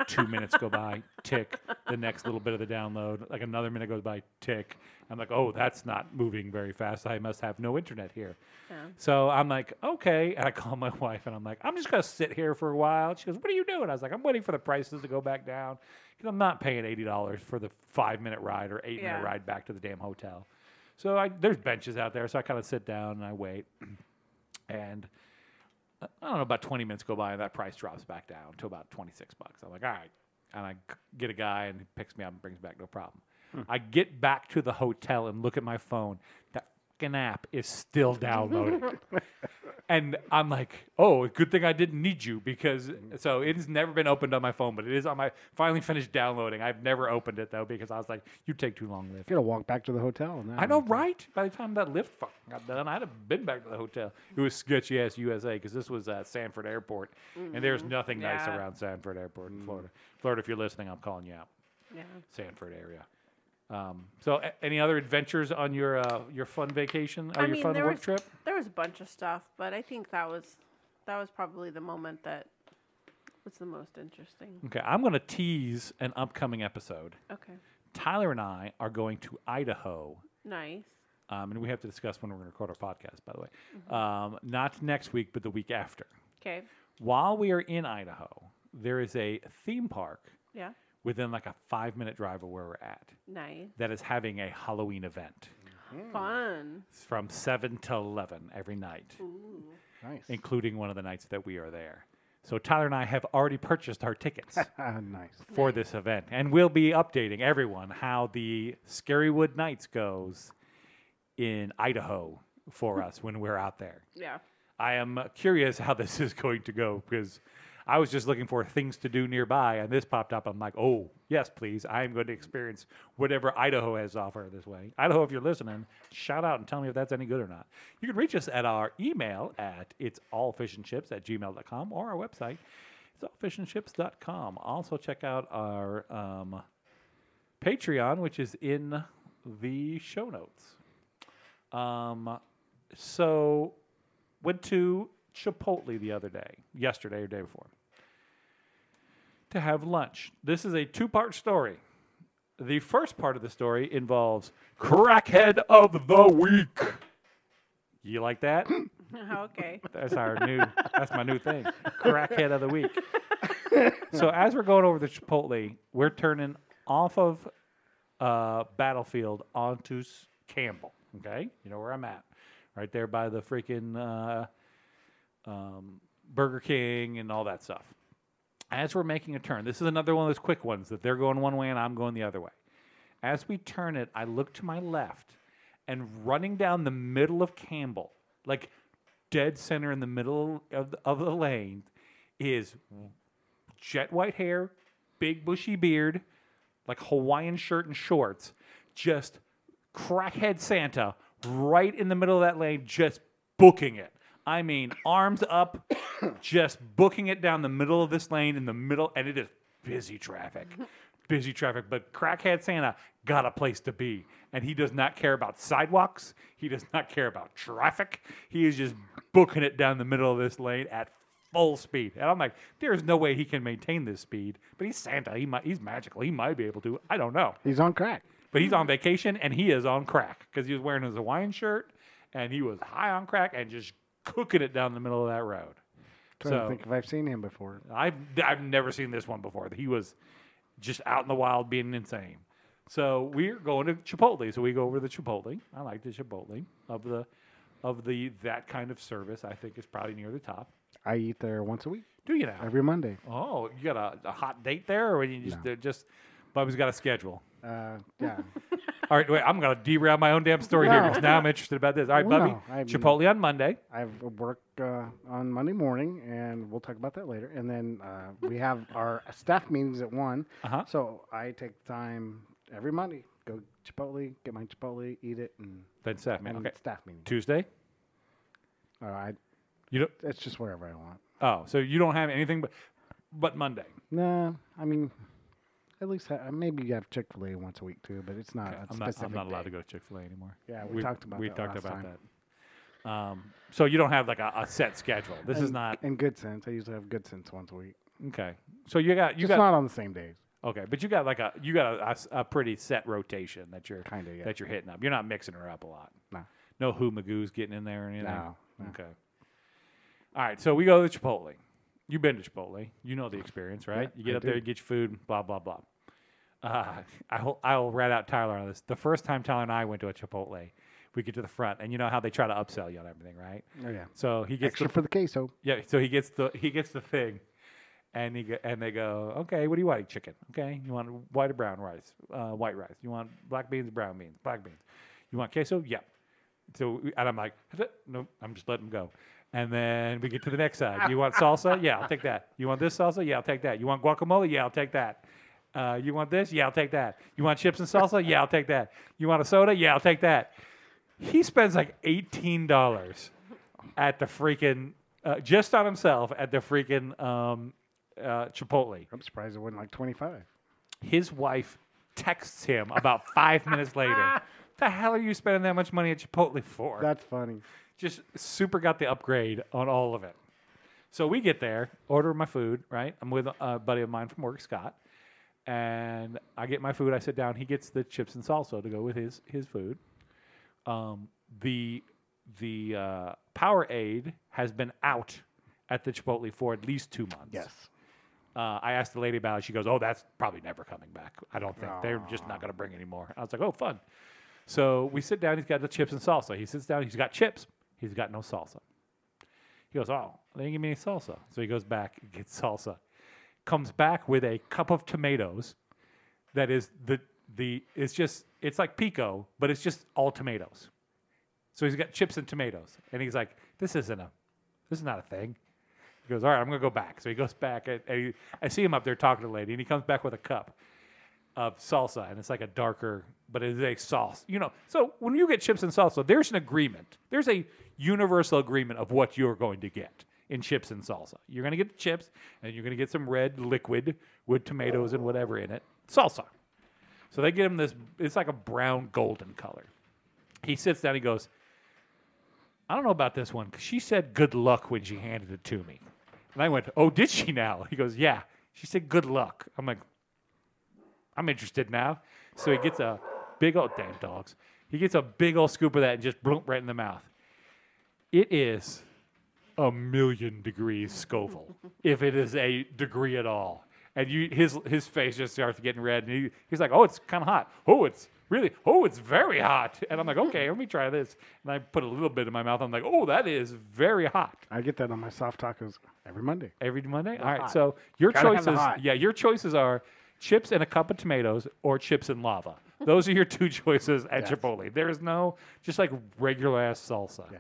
Speaker 1: Two minutes go by, tick. The next little bit of the download, like another minute goes by, tick. I'm like, oh, that's not moving very fast. I must have no internet here.
Speaker 2: Yeah.
Speaker 1: So I'm like, okay. And I call my wife and I'm like, I'm just going to sit here for a while. She goes, What are you doing? I was like, I'm waiting for the prices to go back down because I'm not paying $80 for the five minute ride or eight
Speaker 2: Yeah.
Speaker 1: minute ride back to the damn hotel. So I, there's benches out there. So I kind of sit down and I wait. And uh, I don't know, about 20 minutes go by and that price drops back down to about 26 bucks. I'm like, all right. And I c- get a guy and he picks me up and brings me back, no problem. I get back to the hotel and look at my phone. That fucking app is still downloaded. and I'm like, oh, good thing I didn't need you because so it has never been opened on my phone, but it is on my finally finished downloading. I've never opened it though because I was like, you take too long, Lyft.
Speaker 3: you gotta walk back to the hotel. and that
Speaker 1: I know,
Speaker 3: one.
Speaker 1: right? By the time that Lyft fucking got done, I'd have been back to the hotel. It was sketchy ass USA because this was uh, Sanford Airport, and there's nothing nice
Speaker 2: Mm-hmm. Yeah. Mm.
Speaker 1: around Sanford Airport in Florida. Florida, if you're listening, I'm calling you out.
Speaker 2: yeah
Speaker 1: Sanford area. Um, so, a- any other adventures on your uh, your fun vacation or
Speaker 2: I
Speaker 1: your
Speaker 2: mean,
Speaker 1: fun
Speaker 2: there
Speaker 1: work
Speaker 2: was-
Speaker 1: trip?
Speaker 2: there was a bunch of stuff, but I think that was that was probably the moment that was the most interesting.
Speaker 1: Okay, I'm going to tease an upcoming episode.
Speaker 2: Okay,
Speaker 1: Tyler and I are going to Idaho,
Speaker 2: nice.
Speaker 1: um, and we
Speaker 2: Mm-hmm.
Speaker 1: have to discuss when we're going to record our podcast. By the way, um, not next week, but the week after.
Speaker 2: Okay,
Speaker 1: While we are in Idaho, there is a theme park
Speaker 2: Yeah.
Speaker 1: within like a five minute drive of where we're at
Speaker 2: Nice.
Speaker 1: that is having a Halloween event. Hmm.
Speaker 2: Fun.
Speaker 1: It's from 7 to 11 every night,
Speaker 2: Ooh.
Speaker 3: Nice.
Speaker 1: including one of the nights that we are there. So Tyler and I have already purchased our tickets
Speaker 3: Ah, nice.
Speaker 1: for this event, and we'll be updating everyone how the Scarywood Nights goes in Idaho for us when we're out there.
Speaker 2: Yeah.
Speaker 1: I am curious how this is going to go because I was just looking for things to do nearby, and this popped up. I'm like, oh, yes, please. I am going to experience whatever Idaho has to offer this way. Idaho, if you're listening, shout out and tell me if that's any good or not. You can reach us at our email at it's all fish and chips at gmail.com or our website, it's allfishandchips.com. Also, check out our um, Patreon, which is in the show notes. Um, so went to Chipotle the other day, yesterday or day before, to have lunch. This is a two-part story. The first part of the story involves crackhead of the week. You like that?
Speaker 2: okay.
Speaker 1: That's our new. that's my new thing. Crackhead of the week. so as we're going over the Chipotle, we're turning off of uh, Battlefield onto S- Campbell. Okay, you know where I'm at, right there by the freaking uh, um, Burger King and all that stuff. As we're making a turn, this is another one of those quick ones that they're going one way and I'm going the other way. As we turn it, I look to my left and running down the middle of Campbell, like dead center in the middle of the, of the lane, is jet white hair, big bushy beard, like Hawaiian shirt and shorts, just crackhead Santa right in the middle of that lane, just booking it. I mean, arms up, just booking it down the middle of this lane in the middle, and it is busy traffic. Busy traffic, but crackhead Santa got a place to be. And he does not care about sidewalks. He does not care about traffic. He is just booking it down the middle of this lane at full speed. And I'm like, there's no way he can maintain this speed. But he's Santa. He might, he's magical. He might be able to. I don't know.
Speaker 3: He's on crack.
Speaker 1: But
Speaker 3: Mm-hmm.
Speaker 1: he's on vacation and he is on crack because he was wearing his Hawaiian shirt and he was high on crack and just cooking it down the middle of that road.
Speaker 3: trying
Speaker 1: So-
Speaker 3: to think if I've seen him before.
Speaker 1: I've I've never seen this one before. He was just out in the wild being insane. So we're going to Chipotle. So we go over to the Chipotle. I like the Chipotle of the of the that kind of service. I think is probably near the top.
Speaker 3: I eat there once a week,
Speaker 1: Do you know?
Speaker 3: every Monday.
Speaker 1: Oh, you got a, a hot date there, or you just
Speaker 3: No.
Speaker 1: they're just Bubby's got a schedule.
Speaker 3: Uh, yeah.
Speaker 1: All right, wait, I'm gonna derail my own damn story here
Speaker 3: No.
Speaker 1: because now I'm interested about this. All right,
Speaker 3: Well,
Speaker 1: Bubby,
Speaker 3: no, I'm-
Speaker 1: Chipotle on Monday.
Speaker 3: I have work uh, on Monday morning, and we'll talk about that later. And then uh, we have our staff meetings at one.
Speaker 1: Uh-huh.
Speaker 3: So I take time every Monday, go Chipotle, get my Chipotle, eat it, and,
Speaker 1: Then staff meeting.
Speaker 3: and
Speaker 1: Okay,
Speaker 3: staff meeting.
Speaker 1: Tuesday.
Speaker 3: Uh, I,
Speaker 1: You don't.
Speaker 3: it's just wherever I want.
Speaker 1: Oh, so you don't have anything but but Monday.
Speaker 3: No, I mean, at least I, maybe you have Chick Fil A once a week too, but it's not.
Speaker 1: Okay,
Speaker 3: a
Speaker 1: I'm not.
Speaker 3: Uh, specific
Speaker 1: I'm not allowed to
Speaker 3: day.
Speaker 1: go to Chick Fil A anymore.
Speaker 3: Yeah, we talked about
Speaker 1: we
Speaker 3: that
Speaker 1: talked
Speaker 3: last
Speaker 1: about
Speaker 3: time.
Speaker 1: that. Um, so you don't have like a, a set schedule. This is not
Speaker 3: In good sense, I usually have good sense once a week.
Speaker 1: okay. So you got you
Speaker 3: Just
Speaker 1: got
Speaker 3: not on the same days.
Speaker 1: Okay, but you got like a you got a- a, s- a pretty set rotation that you're
Speaker 3: Kinda, yeah.
Speaker 1: that you're hitting up. You're not mixing her up a lot.
Speaker 3: No.
Speaker 1: No who magoo's getting in there or anything.
Speaker 3: No, no.
Speaker 1: Okay. All right, so we go to Chipotle. You've been to Chipotle. You know the experience, right? you get
Speaker 3: I
Speaker 1: up there,
Speaker 3: do.
Speaker 1: you get your food, blah blah blah. Uh, I'll I'll rat out Tyler on this. The first time Tyler and I went to a Chipotle, we get to the front, and you know how they try to upsell you on everything, right?
Speaker 3: Oh yeah.
Speaker 1: So he gets
Speaker 3: Extra
Speaker 1: the
Speaker 3: for the queso.
Speaker 1: yeah, so he gets the he gets the thing, and he go, and they go, okay, what do you want? Chicken, okay. You want white or brown rice? Uh, white rice. You want black beans, brown beans, black beans. You want queso? Yeah. So we- and I'm like, no, I'm just letting him go. And then we get to the next side. You want salsa? Yeah, I'll take that. You want this salsa? Yeah, I'll take that. You want guacamole? Yeah, I'll take that. Uh, you want this? Yeah, I'll take that. You want chips and salsa? Yeah, I'll take that. You want a soda? Yeah, I'll take that. He spends like eighteen dollars at the freaking uh, just on himself at the freaking um, uh, Chipotle.
Speaker 3: I'm surprised it wasn't like 25.
Speaker 1: His wife texts him about five minutes later. The hell are you spending that much money at Chipotle for?
Speaker 3: That's funny.
Speaker 1: just super got the upgrade on all of it. So we get there, order my food, right? I'm with a buddy of mine from work, Scott, and I get my food. I sit down. He gets the chips and salsa to go with his his food. Um, the the uh, Powerade has been out at the Chipotle for at least two months.
Speaker 3: Yes.
Speaker 1: Uh, I asked the lady about it. She goes, "Oh, that's probably never coming back. I don't think they're just not going to bring any more." I was like, "Oh, fun." So we sit down. He's got the chips and salsa. He sits down. He's got chips. He's got no salsa. He goes, "Oh, they didn't give me any salsa." So he goes back, gets salsa, comes back with a cup of tomatoes. That is the the. It's just it's like pico, but it's just all tomatoes. So he's got chips and tomatoes, and he's like, "This isn't a, this is not a thing." He goes, "All right, I'm gonna go back." So he goes back, and, and he, I see him up there talking to the lady, and he comes back with a cup of salsa, and it's like a darker, but it is a sauce. You know, so when you get chips and salsa, there's an agreement. There's a universal agreement of what you're going to get in chips and salsa. You're gonna get the chips, and you're gonna get some red liquid with tomatoes and whatever in it, salsa. So they get him this. It's like a brown golden color. He sits down. He goes. I don't know about this one 'cause she said good luck when she handed it to me. And I went, Oh, did she now? He goes, Yeah. She said good luck. I'm like, I'm interested now. So he gets a big old damn dogs. He gets a big old scoop of that and just bloop right in the mouth. It is a million degrees Scoville, if it is a degree at all. And you, his his face just starts getting red, and he, he's like, "Oh, it's kind of hot. Oh, it's really. Oh, it's very hot." And I'm like, "Okay, let me try this." And I put a little bit in my mouth. I'm like, "Oh, that is very hot."
Speaker 3: I get that on my soft tacos every Monday.
Speaker 1: Every Monday. All right. So your
Speaker 3: Gotta have the
Speaker 1: choices,
Speaker 3: hot.
Speaker 1: yeah, your choices are chips and a cup of tomatoes or chips and lava. Those are your two choices at Chipotle. There is no just like regular ass salsa.
Speaker 3: Yeah.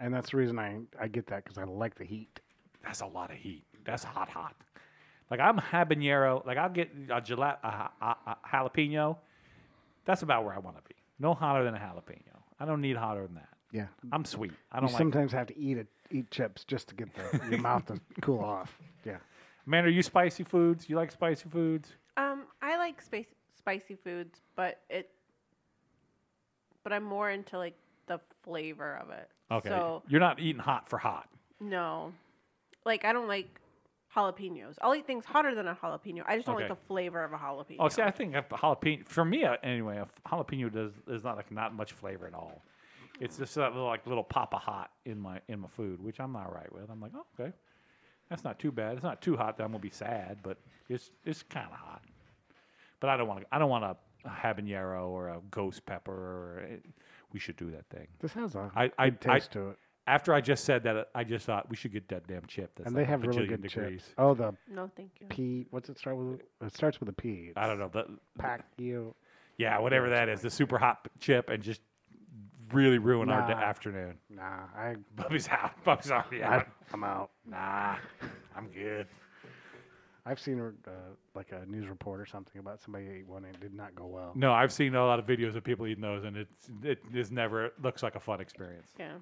Speaker 3: And that's the reason I, I get that because I like the heat.
Speaker 1: That's a lot of heat. That's hot, hot. Like I'm habanero. Like I'll get a, jala- a, ha- a, a jalapeno. That's about where I want to be. No hotter than a jalapeno. I don't need hotter than that.
Speaker 3: Yeah.
Speaker 1: I'm sweet. I
Speaker 3: You
Speaker 1: don't like.
Speaker 3: sometimes have to eat it, eat chips just to get the, your mouth to cool off. Yeah.
Speaker 1: Man, are you spicy foods? You like spicy foods?
Speaker 2: Um, I like space, spicy foods, but it, but I'm more into like the flavor of it.
Speaker 1: Okay.
Speaker 2: So
Speaker 1: You're not eating hot for hot.
Speaker 2: no, like I don't like jalapenos. I'll eat things hotter than a jalapeno. I just don't
Speaker 1: Okay.
Speaker 2: like the flavor of a jalapeno.
Speaker 1: Oh, see, I think a jalapeno for me uh, anyway. A f- jalapeno does is not like not much flavor at all. It's just that little like little pop of hot in my in my food, which I'm not right with. I'm like, oh, okay, that's not too bad. It's not too hot that I'm gonna be sad, but it's it's kind of hot. But I don't want to. I don't want a habanero or a ghost pepper. Or it, we should do that thing.
Speaker 3: This has a
Speaker 1: I I,
Speaker 3: good
Speaker 1: I
Speaker 3: taste to it.
Speaker 1: after I just said that, I just thought we should get that damn chip. That's
Speaker 3: And they
Speaker 1: like a
Speaker 3: have really
Speaker 1: bajillion
Speaker 3: good
Speaker 1: degrees.
Speaker 3: chips. Oh, the
Speaker 2: no, thank you.
Speaker 3: P. What's it start with? It starts with a P.
Speaker 1: I don't know, but
Speaker 3: Pack you.
Speaker 1: Yeah, whatever that is, the super hot p- chip, and just really ruin our d-
Speaker 3: Nah.
Speaker 1: afternoon.
Speaker 3: Nah, I,
Speaker 1: Bubby's out. Bubby's already
Speaker 3: I
Speaker 1: out.
Speaker 3: I'm out.
Speaker 1: Nah, I'm good.
Speaker 3: I've seen uh, like a news report or something about somebody ate one and it did not go well.
Speaker 1: No, I've seen a lot of videos of people eating those, and it's it is never it looks like a fun experience.
Speaker 2: Yeah.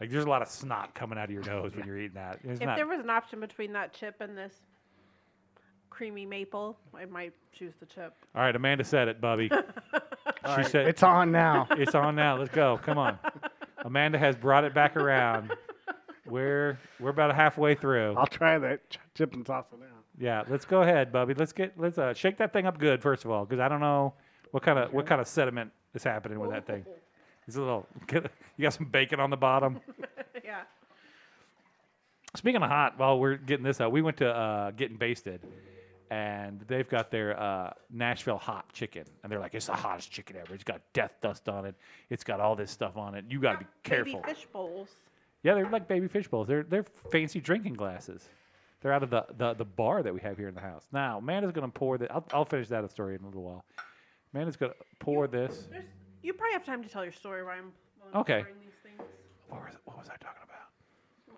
Speaker 1: Like there's a lot of snot coming out of your nose when you're eating that. It's
Speaker 2: If
Speaker 1: not.
Speaker 2: there was an option between that chip and this creamy maple, I might choose the chip.
Speaker 1: All right, Amanda said it, Bubby. she
Speaker 3: All right,
Speaker 1: said
Speaker 3: it's on now.
Speaker 1: it's on now. Let's go. Come on. Amanda has brought it back around. We're we're about halfway through.
Speaker 3: I'll try that ch- chip and salsa now.
Speaker 1: Yeah, let's go ahead, Bubby. Let's get let's uh, shake that thing up good first of all, because I don't know what kind of what kind of sediment is happening with that thing. It's a little. you got some bacon on the bottom.
Speaker 2: yeah.
Speaker 1: Speaking of hot, while we're getting this out, we went to uh, getting basted, and they've got their uh, Nashville hot chicken, and they're like, it's the hottest chicken ever. It's got death dust on it. It's got all this stuff on it. You got to be careful.
Speaker 2: Baby fish bowls.
Speaker 1: Yeah, they're like baby fish bowls. They're they're fancy drinking glasses. They're out of the, the, the bar that we have here in the house. Now, Amanda's gonna pour the. I'll, I'll finish that story in a little while. Amanda's gonna pour this.
Speaker 2: There's, you probably have time to tell your story, Ryan. while I'm
Speaker 1: Okay.
Speaker 2: pouring these things.
Speaker 1: What was what was I talking about?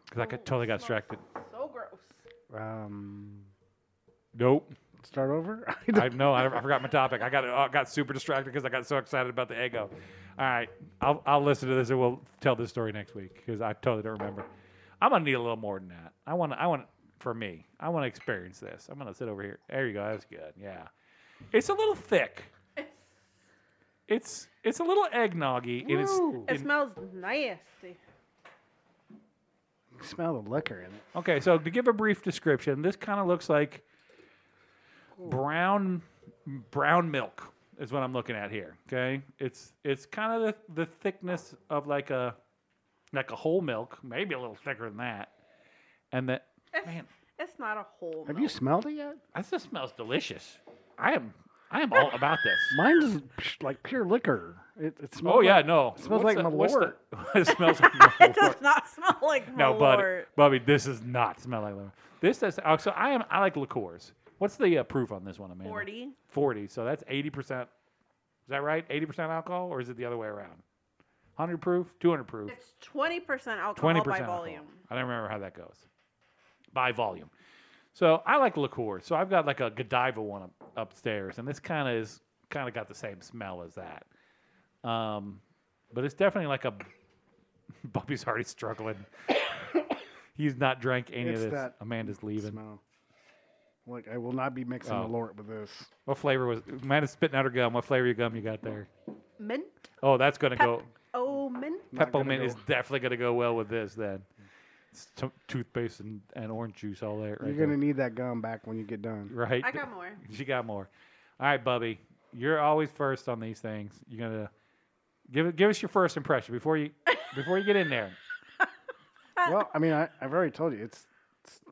Speaker 1: Because I got, totally got distracted.
Speaker 2: So gross.
Speaker 3: Um,
Speaker 1: Nope.
Speaker 3: start over. I
Speaker 1: I know. I, I forgot my topic. I got I got super distracted because I got so excited about the ego. All right, I'll I'll listen to this and we'll tell this story next week because I totally don't remember. I'm gonna need a little more than that. I want I want for me. I want to experience this. I'm gonna sit over here. There you go. That's good. Yeah, it's a little thick. It's it's a little eggnoggy. and It's,
Speaker 3: Woo.
Speaker 2: It
Speaker 1: and-
Speaker 2: smells nasty.
Speaker 3: can smell the liquor in it.
Speaker 1: Okay, so to give a brief description, this kind of looks like brown brown milk is what I'm looking at here. Okay, it's it's kind of the, the thickness of like a like a whole milk, maybe a little thicker than that, and that
Speaker 2: It's,
Speaker 4: Man.
Speaker 2: it's not a whole.
Speaker 3: Have
Speaker 2: milk.
Speaker 3: you smelled it yet?
Speaker 4: That just smells delicious. I am I am all about this.
Speaker 3: Mine's psh, like pure liquor. It, it smells.
Speaker 1: oh yeah
Speaker 3: like-
Speaker 1: no
Speaker 3: it smells like
Speaker 1: the-
Speaker 3: Malort.
Speaker 1: the- it smells like Malort.
Speaker 2: it does not smell like
Speaker 1: No, Bubby,
Speaker 2: Malort.
Speaker 1: Bubby, this is not smell like liquor. This is oh, so I am I like liqueurs. What's the uh, proof on this one, Amanda?
Speaker 2: Forty.
Speaker 1: Forty. So that's eighty percent. Is that right? Eighty percent alcohol, or is it the other way around? Hundred proof, two hundred proof,
Speaker 2: It's twenty percent alcohol
Speaker 1: twenty
Speaker 2: by
Speaker 1: percent
Speaker 2: volume.
Speaker 1: I don't remember how that goes. By volume. So I like liqueur. So I've got like a Godiva one up, upstairs, and this kind of is kind of got the same smell as that. Um, but it's definitely like a. Bubby's already struggling. He's not drank any
Speaker 3: It's
Speaker 1: of this.
Speaker 3: that
Speaker 1: Amanda's leaving.
Speaker 3: Smell. Like I will not be mixing
Speaker 1: Oh.
Speaker 3: Malort with this.
Speaker 1: What flavor was? Amanda's spitting out her gum. What flavor of gum you got there?
Speaker 2: Mint.
Speaker 1: Oh, that's gonna go.
Speaker 2: Oh, mint.
Speaker 3: Not gonna
Speaker 1: Peppermint is
Speaker 3: go.
Speaker 1: definitely gonna go well with this. Then it's t- toothpaste and, and orange juice all there. Right
Speaker 3: You're gonna
Speaker 1: there.
Speaker 3: need that gum back when you get done.
Speaker 1: right.
Speaker 2: I got more.
Speaker 1: She got more. All right, Bubby, you're always first on these things. You're gonna give it, give us your first impression before you before you get in there.
Speaker 3: well, I mean, I, I've already told you it's,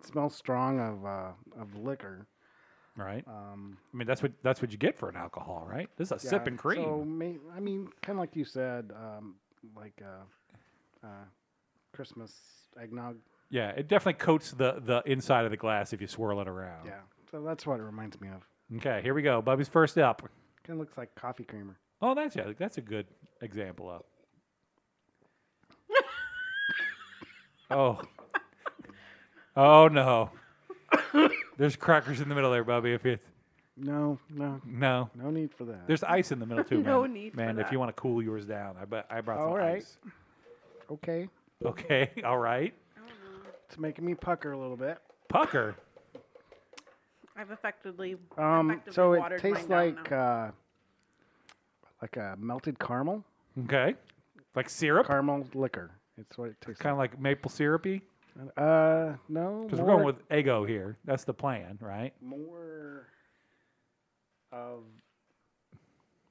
Speaker 3: it smells strong of uh, of liquor.
Speaker 1: Right.
Speaker 3: Um,
Speaker 1: I mean, that's what that's what you get for an alcohol, right? This is a sip
Speaker 3: yeah,
Speaker 1: and cream.
Speaker 3: So may, I mean, kind of like you said, um, like uh, uh, Christmas eggnog.
Speaker 1: yeah, it definitely coats the the inside of the glass if you swirl it around.
Speaker 3: Yeah, so that's what it reminds me of.
Speaker 1: Okay, here we go. Bubby's first up.
Speaker 3: Kind of looks like coffee creamer.
Speaker 1: Oh, that's yeah, that's a good example of. oh. Oh no. There's crackers in the middle there, Bubby. If it
Speaker 3: No, no,
Speaker 1: no,
Speaker 3: no need for that.
Speaker 1: There's ice in the middle too, man.
Speaker 2: No need for
Speaker 1: man. If
Speaker 2: that.
Speaker 1: you want to cool yours down, I bet I brought some
Speaker 3: All right.
Speaker 1: ice.
Speaker 3: okay,
Speaker 1: Okay, all right.
Speaker 3: it's making me pucker a little bit.
Speaker 1: Pucker.
Speaker 2: I've effectively.
Speaker 3: Um,
Speaker 2: effectively
Speaker 3: so it
Speaker 2: watered
Speaker 3: tastes
Speaker 2: mine down
Speaker 3: like
Speaker 2: now.
Speaker 3: uh, like a melted caramel,
Speaker 1: Okay, like syrup,
Speaker 3: caramel liquor. It's what it tastes
Speaker 1: kind of like maple syrupy.
Speaker 3: like. Uh, no,
Speaker 1: Because we're
Speaker 3: more-
Speaker 1: going with Eggo here. That's the plan, right?
Speaker 3: more of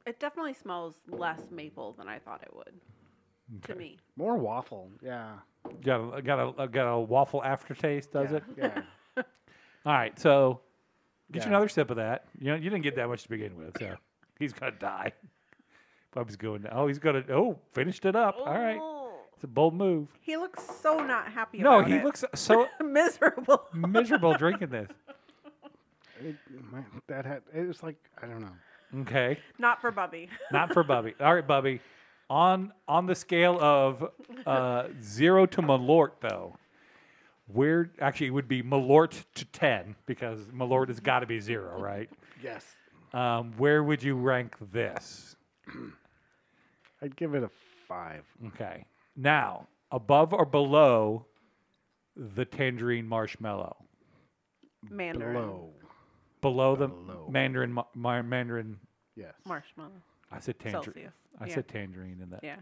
Speaker 2: it definitely smells less maple than I thought it would. To me,
Speaker 3: more waffle. Yeah.
Speaker 1: Got a got a got a waffle aftertaste, does
Speaker 3: yeah,
Speaker 1: it?
Speaker 3: Yeah.
Speaker 1: All right, so get you
Speaker 3: Yeah.
Speaker 1: another sip of that. You know, you didn't get that much to begin with, so he's gonna die. Bubby's going. Oh, he's gonna. Oh, finished it up. All right,
Speaker 2: Ooh.
Speaker 1: it's a bold move.
Speaker 2: Oh. He looks so not happy.
Speaker 1: No,
Speaker 2: about
Speaker 1: he
Speaker 2: it.
Speaker 1: looks so
Speaker 2: miserable.
Speaker 1: miserable drinking this.
Speaker 3: It, my, that had it was like I don't know.
Speaker 1: Okay.
Speaker 2: Not for Bubby.
Speaker 1: not for Bubby. All right, Bubby. On on the scale of uh, zero to Malort, though, where actually it would be Malort to ten because Malort has got to be zero, right?
Speaker 3: Yes.
Speaker 1: Um, where would you rank this?
Speaker 3: I'd give it a five.
Speaker 1: Okay, now above or below the tangerine marshmallow?
Speaker 2: Mandarin.
Speaker 3: Below.
Speaker 1: Below the
Speaker 3: Below.
Speaker 1: mandarin ma- ma- mandarin.
Speaker 3: Yes.
Speaker 2: Marshmallow.
Speaker 1: I said tangerine.
Speaker 2: Celsius.
Speaker 1: I
Speaker 2: Yeah.
Speaker 1: said tangerine, and that
Speaker 2: Yeah.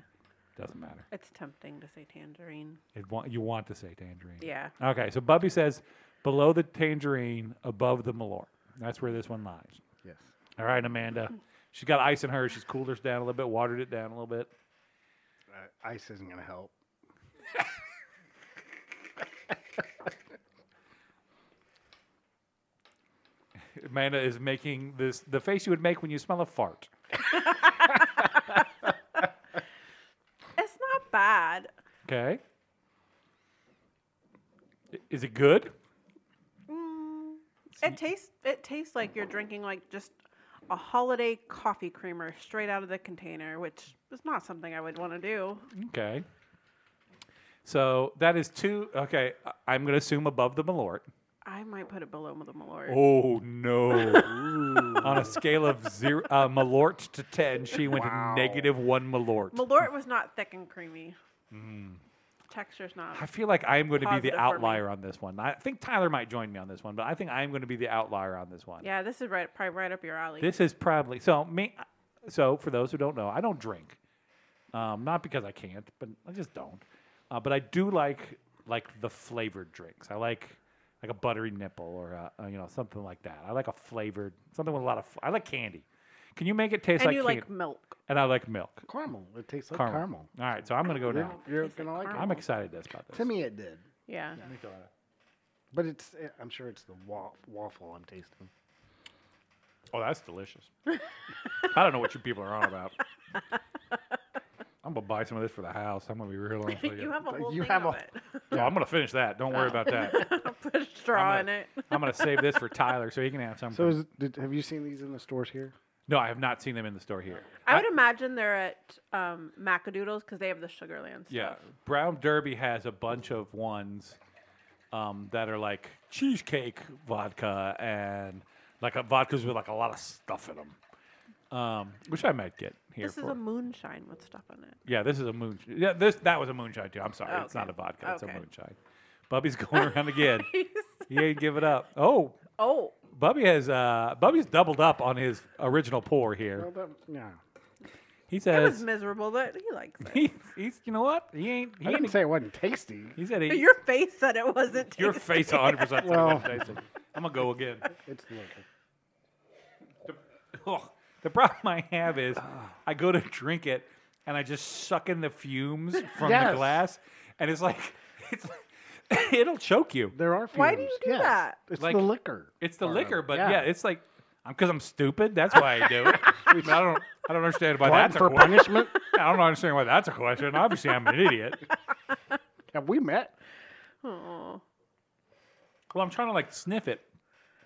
Speaker 1: doesn't matter.
Speaker 2: It's tempting to say tangerine.
Speaker 1: It wa- you want to say tangerine.
Speaker 2: Yeah.
Speaker 1: Okay, so Bubby says below the tangerine, above the Malort. That's where this one lies.
Speaker 3: Yes.
Speaker 1: All right, Amanda. She's got ice in her. She's cooled hers down a little bit, watered it down a little bit.
Speaker 3: Uh, ice isn't gonna help.
Speaker 1: Amanda is making this the face you would make when you smell a fart.
Speaker 2: It's not bad.
Speaker 1: Okay. I- Is it good?
Speaker 2: Mm, it tastes it tastes like you're drinking like just a holiday coffee creamer straight out of the container, which is not something I would want to do.
Speaker 1: Okay. So that is two. Okay, I- I'm going to assume above the Malort.
Speaker 2: I might put it below the Malort.
Speaker 1: Oh no! On a scale of zero uh, Malort to ten, she went
Speaker 3: Wow.
Speaker 1: negative one Malort.
Speaker 2: Malort was not thick and creamy.
Speaker 1: Mm-hmm.
Speaker 2: Texture's not.
Speaker 1: I feel like I'm going to be
Speaker 2: Positive
Speaker 1: the
Speaker 2: for me.
Speaker 1: outlier on this one. I think Tyler might join me on this one, but I think I'm going to be the outlier on this one.
Speaker 2: Yeah, this is right probably right up your alley.
Speaker 1: This is probably so me. So for those who don't know, I don't drink, um, not because I can't, but I just don't. Uh, but I do like like the flavored drinks. I like like a buttery nipple or a, a, you know something like that. I like a flavored something with a lot of. Fl- I like candy. Can you make it taste
Speaker 2: and
Speaker 1: like
Speaker 2: you
Speaker 1: candy?
Speaker 2: like milk.
Speaker 1: and I like milk.
Speaker 3: Caramel. It tastes like
Speaker 1: Caramel.
Speaker 3: caramel.
Speaker 1: All right, so I'm gonna go
Speaker 3: You're-
Speaker 1: down.
Speaker 3: You're
Speaker 2: Tastes like
Speaker 3: gonna like
Speaker 2: caramel.
Speaker 1: I'm excited this about
Speaker 3: it.
Speaker 1: this.
Speaker 3: To me, it did.
Speaker 2: Yeah.
Speaker 3: But it's, eh, I'm sure it's the wa- waffle I'm tasting.
Speaker 1: Oh, that's delicious. I don't know what you people are on about. I'm gonna buy some of this for the house. I'm gonna be real honest with you.
Speaker 2: you have a whole
Speaker 3: You
Speaker 2: thing
Speaker 3: have
Speaker 2: of
Speaker 3: a-
Speaker 2: it.
Speaker 1: No, I'm gonna finish that. Don't
Speaker 2: Oh.
Speaker 1: worry about that.
Speaker 2: Put a straw
Speaker 1: I'm
Speaker 2: in it.
Speaker 1: I'm gonna save this for Tyler so he can have some.
Speaker 3: So
Speaker 1: So
Speaker 3: is, did, have you seen these in the stores here?
Speaker 1: no, I have not seen them in the store here.
Speaker 2: I would imagine they're at um, Macadoodles because they have the Sugarlands.
Speaker 1: Yeah, Brown Derby has a bunch of ones um, that are like cheesecake vodka and like a, vodkas with like a lot of stuff in them, um, which I might get here
Speaker 2: This is
Speaker 1: for.
Speaker 2: a moonshine with stuff on it.
Speaker 1: yeah, this is a moonshine. Yeah, this that was a moonshine too. I'm sorry,
Speaker 2: Oh,
Speaker 1: it's not
Speaker 2: okay.
Speaker 1: a vodka. It's
Speaker 2: Okay.
Speaker 1: a moonshine. Bubby's going around again.
Speaker 2: He's-
Speaker 1: He ain't giving up. Oh,
Speaker 2: oh,
Speaker 1: Bubby has uh, Bubby's doubled up on his original pour here.
Speaker 3: Well, that, yeah.
Speaker 1: He
Speaker 2: it was
Speaker 1: says
Speaker 2: miserable, but he likes it.
Speaker 1: he, he's you know what he ain't. He,
Speaker 3: I didn't
Speaker 1: ain't
Speaker 3: say it wasn't tasty.
Speaker 1: he said he,
Speaker 2: Your face said it wasn't.
Speaker 1: Your
Speaker 2: tasty.
Speaker 1: face 100 percent
Speaker 3: Well-
Speaker 1: I'm gonna go again.
Speaker 3: It's the liquor.
Speaker 1: Ugh. The problem I have is I go to drink it and I just suck in the fumes from
Speaker 3: Yes.
Speaker 1: the glass, and it's like it's like- it'll choke you.
Speaker 3: There are fumes.
Speaker 2: Why do you do
Speaker 3: yes.
Speaker 2: that?
Speaker 3: It's
Speaker 1: Like-
Speaker 3: the liquor.
Speaker 1: It's the
Speaker 3: part of
Speaker 1: liquor,
Speaker 3: it,
Speaker 1: but yeah. it's like I'm because I'm stupid. That's why I do it. I, mean, I don't I don't understand why
Speaker 3: Why,
Speaker 1: that's a
Speaker 3: for
Speaker 1: question.
Speaker 3: punishment.
Speaker 1: I don't understand why that's a question. Obviously, I'm an idiot.
Speaker 3: Have we met?
Speaker 2: Aw.
Speaker 1: Well, I'm trying to like sniff it.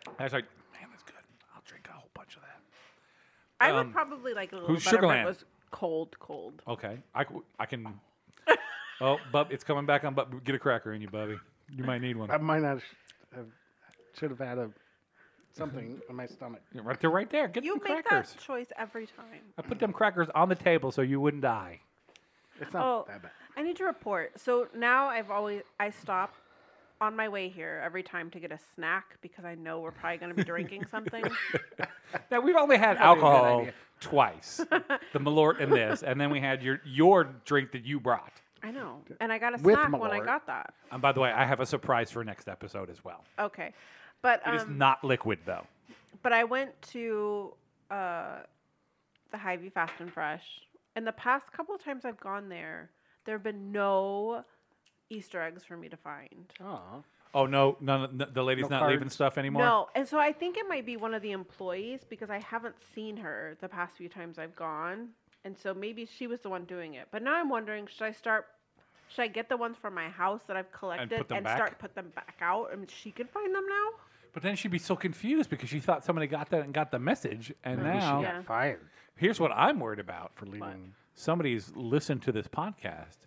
Speaker 1: And I was like, man, that's good. I'll drink a whole bunch of that.
Speaker 2: I
Speaker 1: Um,
Speaker 2: would probably like it a little
Speaker 1: who's
Speaker 2: better if
Speaker 1: Sugarland?
Speaker 2: it was cold, cold.
Speaker 1: Okay, I, c- I can. oh, bub, it's coming back on. Bub, get a cracker in you, Bubby. You might need one.
Speaker 2: Um,
Speaker 3: I might not sh- have. Should have had a something in my stomach.
Speaker 1: Yeah, Right there, right there. Get
Speaker 2: You
Speaker 1: them
Speaker 2: make
Speaker 1: crackers.
Speaker 2: that choice every time.
Speaker 1: I put them crackers on the table so you wouldn't die.
Speaker 3: It's not
Speaker 2: Oh.
Speaker 3: that bad.
Speaker 2: I need to report. So now I've always I stop on my way here every time to get a snack because I know we're probably going to be drinking something.
Speaker 1: Now we've only had
Speaker 3: Probably a good
Speaker 1: alcohol
Speaker 3: idea.
Speaker 1: twice, the Malort and this, and then we had your your drink that you brought.
Speaker 2: I know, and I got a
Speaker 3: With
Speaker 2: snack when I
Speaker 3: Malort.
Speaker 2: got that.
Speaker 1: And by the way, I have a surprise for next episode as well.
Speaker 2: Okay, but
Speaker 1: It
Speaker 2: um,
Speaker 1: is not liquid though.
Speaker 2: But I went to uh, the Hy-Vee Fast and Fresh, and the past couple of times I've gone there, there have been no Easter eggs for me to find.
Speaker 3: Oh,
Speaker 1: Oh no, none, no the lady's
Speaker 3: No
Speaker 1: not leaving
Speaker 3: cards.
Speaker 1: stuff anymore.
Speaker 2: No, and so I think it might be one of the employees because I haven't seen her the past few times I've gone, and so maybe she was the one doing it. But now I'm wondering, should I start? Should I get the ones from my house that I've collected
Speaker 1: them back?
Speaker 2: start put them back out? and she can find them now.
Speaker 1: But then she'd be so confused because she thought somebody got that and got the message. And
Speaker 3: maybe
Speaker 1: now,
Speaker 3: she
Speaker 2: Yeah.
Speaker 3: got fired
Speaker 1: here's what I'm worried about:
Speaker 3: for leaving.
Speaker 1: somebody's listened to this podcast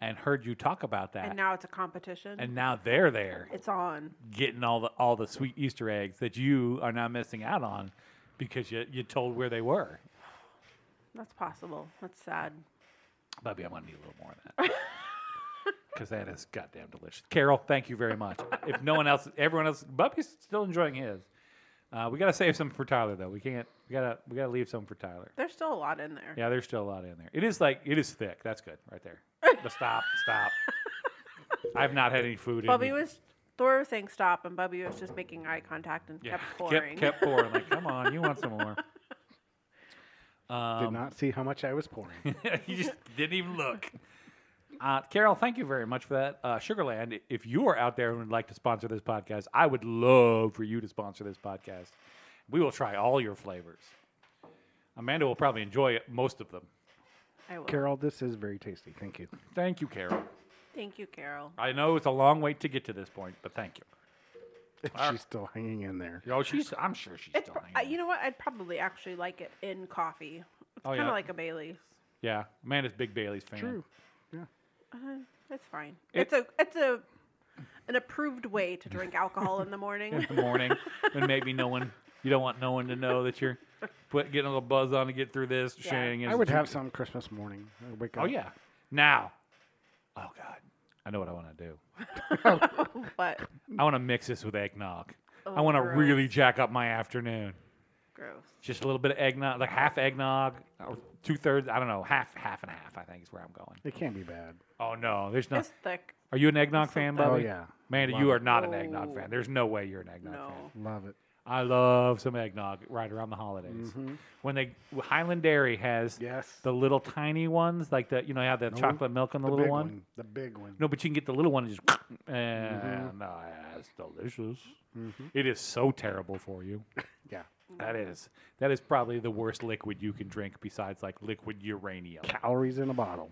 Speaker 1: and heard you talk about that,
Speaker 2: And now it's a competition.
Speaker 1: Uh, and now they're there.
Speaker 2: it's on.
Speaker 1: getting all the all the sweet Easter eggs that you are now missing out on because you you told where they were.
Speaker 2: That's possible. That's sad.
Speaker 1: Bubby, I'm gonna need a little more of that. Because that is goddamn delicious. Carol, thank you very much. If no one else, everyone else, Bubby's still enjoying his. Uh, we gotta save some for Tyler though. We can't. We gotta. We gotta leave some for Tyler.
Speaker 2: There's still a lot in there.
Speaker 1: Yeah, there's still a lot in there. It is like it is thick. That's good right there. The stop, stop. I've not had any food.
Speaker 2: Bubby
Speaker 1: in me.
Speaker 2: was Thor was saying stop, and Bubby was just making eye contact and kept pouring.
Speaker 1: kept kept pouring. Like, come on, you want some more? Um,
Speaker 3: Did not see how much I was pouring.
Speaker 1: you just didn't even look. Uh, Carol, thank you very much for that. Uh, Sugarland, i- if you are out there and would like to sponsor this podcast, I would love for you to sponsor this podcast. We will try all your flavors. Amanda will probably enjoy it, most of them.
Speaker 2: I will.
Speaker 3: Carol, this is very tasty. Thank you.
Speaker 1: Thank you, Carol.
Speaker 2: Thank you, Carol.
Speaker 1: I know it's a long wait to get to this point, but thank you.
Speaker 3: She's still hanging in there.
Speaker 1: Oh, she's. I'm sure she's
Speaker 2: It,
Speaker 1: still.
Speaker 2: pro-
Speaker 1: hanging
Speaker 2: I,
Speaker 1: on.
Speaker 2: you know what? I'd probably actually like it in coffee. It's
Speaker 1: Oh,
Speaker 2: kind of
Speaker 1: yeah.
Speaker 2: like a Bailey's.
Speaker 1: yeah, Amanda's big Bailey's fan.
Speaker 3: True.
Speaker 2: It's fine.
Speaker 1: It-
Speaker 2: it's a it's a an approved way to drink alcohol in the morning.
Speaker 1: in the morning when maybe no one you don't want no one to know that you're put, getting a little buzz on to get through this
Speaker 2: Yeah.
Speaker 1: shenanigans.
Speaker 3: I would have some Christmas morning. I wake up.
Speaker 1: Oh yeah. Now. Oh god. I know what I want to do.
Speaker 2: but
Speaker 1: I want to mix this with eggnog. I
Speaker 2: Oh,
Speaker 1: want to
Speaker 2: gross.
Speaker 1: really jack up my afternoon.
Speaker 2: gross.
Speaker 1: Just a little bit of eggnog, like half eggnog, or two thirds. I don't know, half, half and half. I think is where I'm going.
Speaker 3: It can't be bad.
Speaker 1: Oh no, there's not.
Speaker 2: It's thick.
Speaker 1: Are you an eggnog fan,
Speaker 3: Oh
Speaker 1: Bubby?
Speaker 3: yeah,
Speaker 1: Amanda, you
Speaker 3: Love
Speaker 1: are not an eggnog
Speaker 2: Oh.
Speaker 1: fan. There's no way you're an eggnog
Speaker 2: No.
Speaker 1: fan.
Speaker 3: love it.
Speaker 1: I love some eggnog right around the holidays.
Speaker 3: Mm-hmm.
Speaker 1: When they Highland Dairy has
Speaker 3: Yes.
Speaker 1: the little tiny ones, like the you know, you have the chocolate milk on the,
Speaker 3: The
Speaker 1: little
Speaker 3: big
Speaker 1: one.
Speaker 3: The big one. Mm-hmm.
Speaker 1: No, but you can get the little one and just and uh, it's delicious. It is so terrible for you.
Speaker 3: Yeah.
Speaker 1: That is that is probably the worst liquid you can drink besides like liquid uranium.
Speaker 3: Calories in a bottle.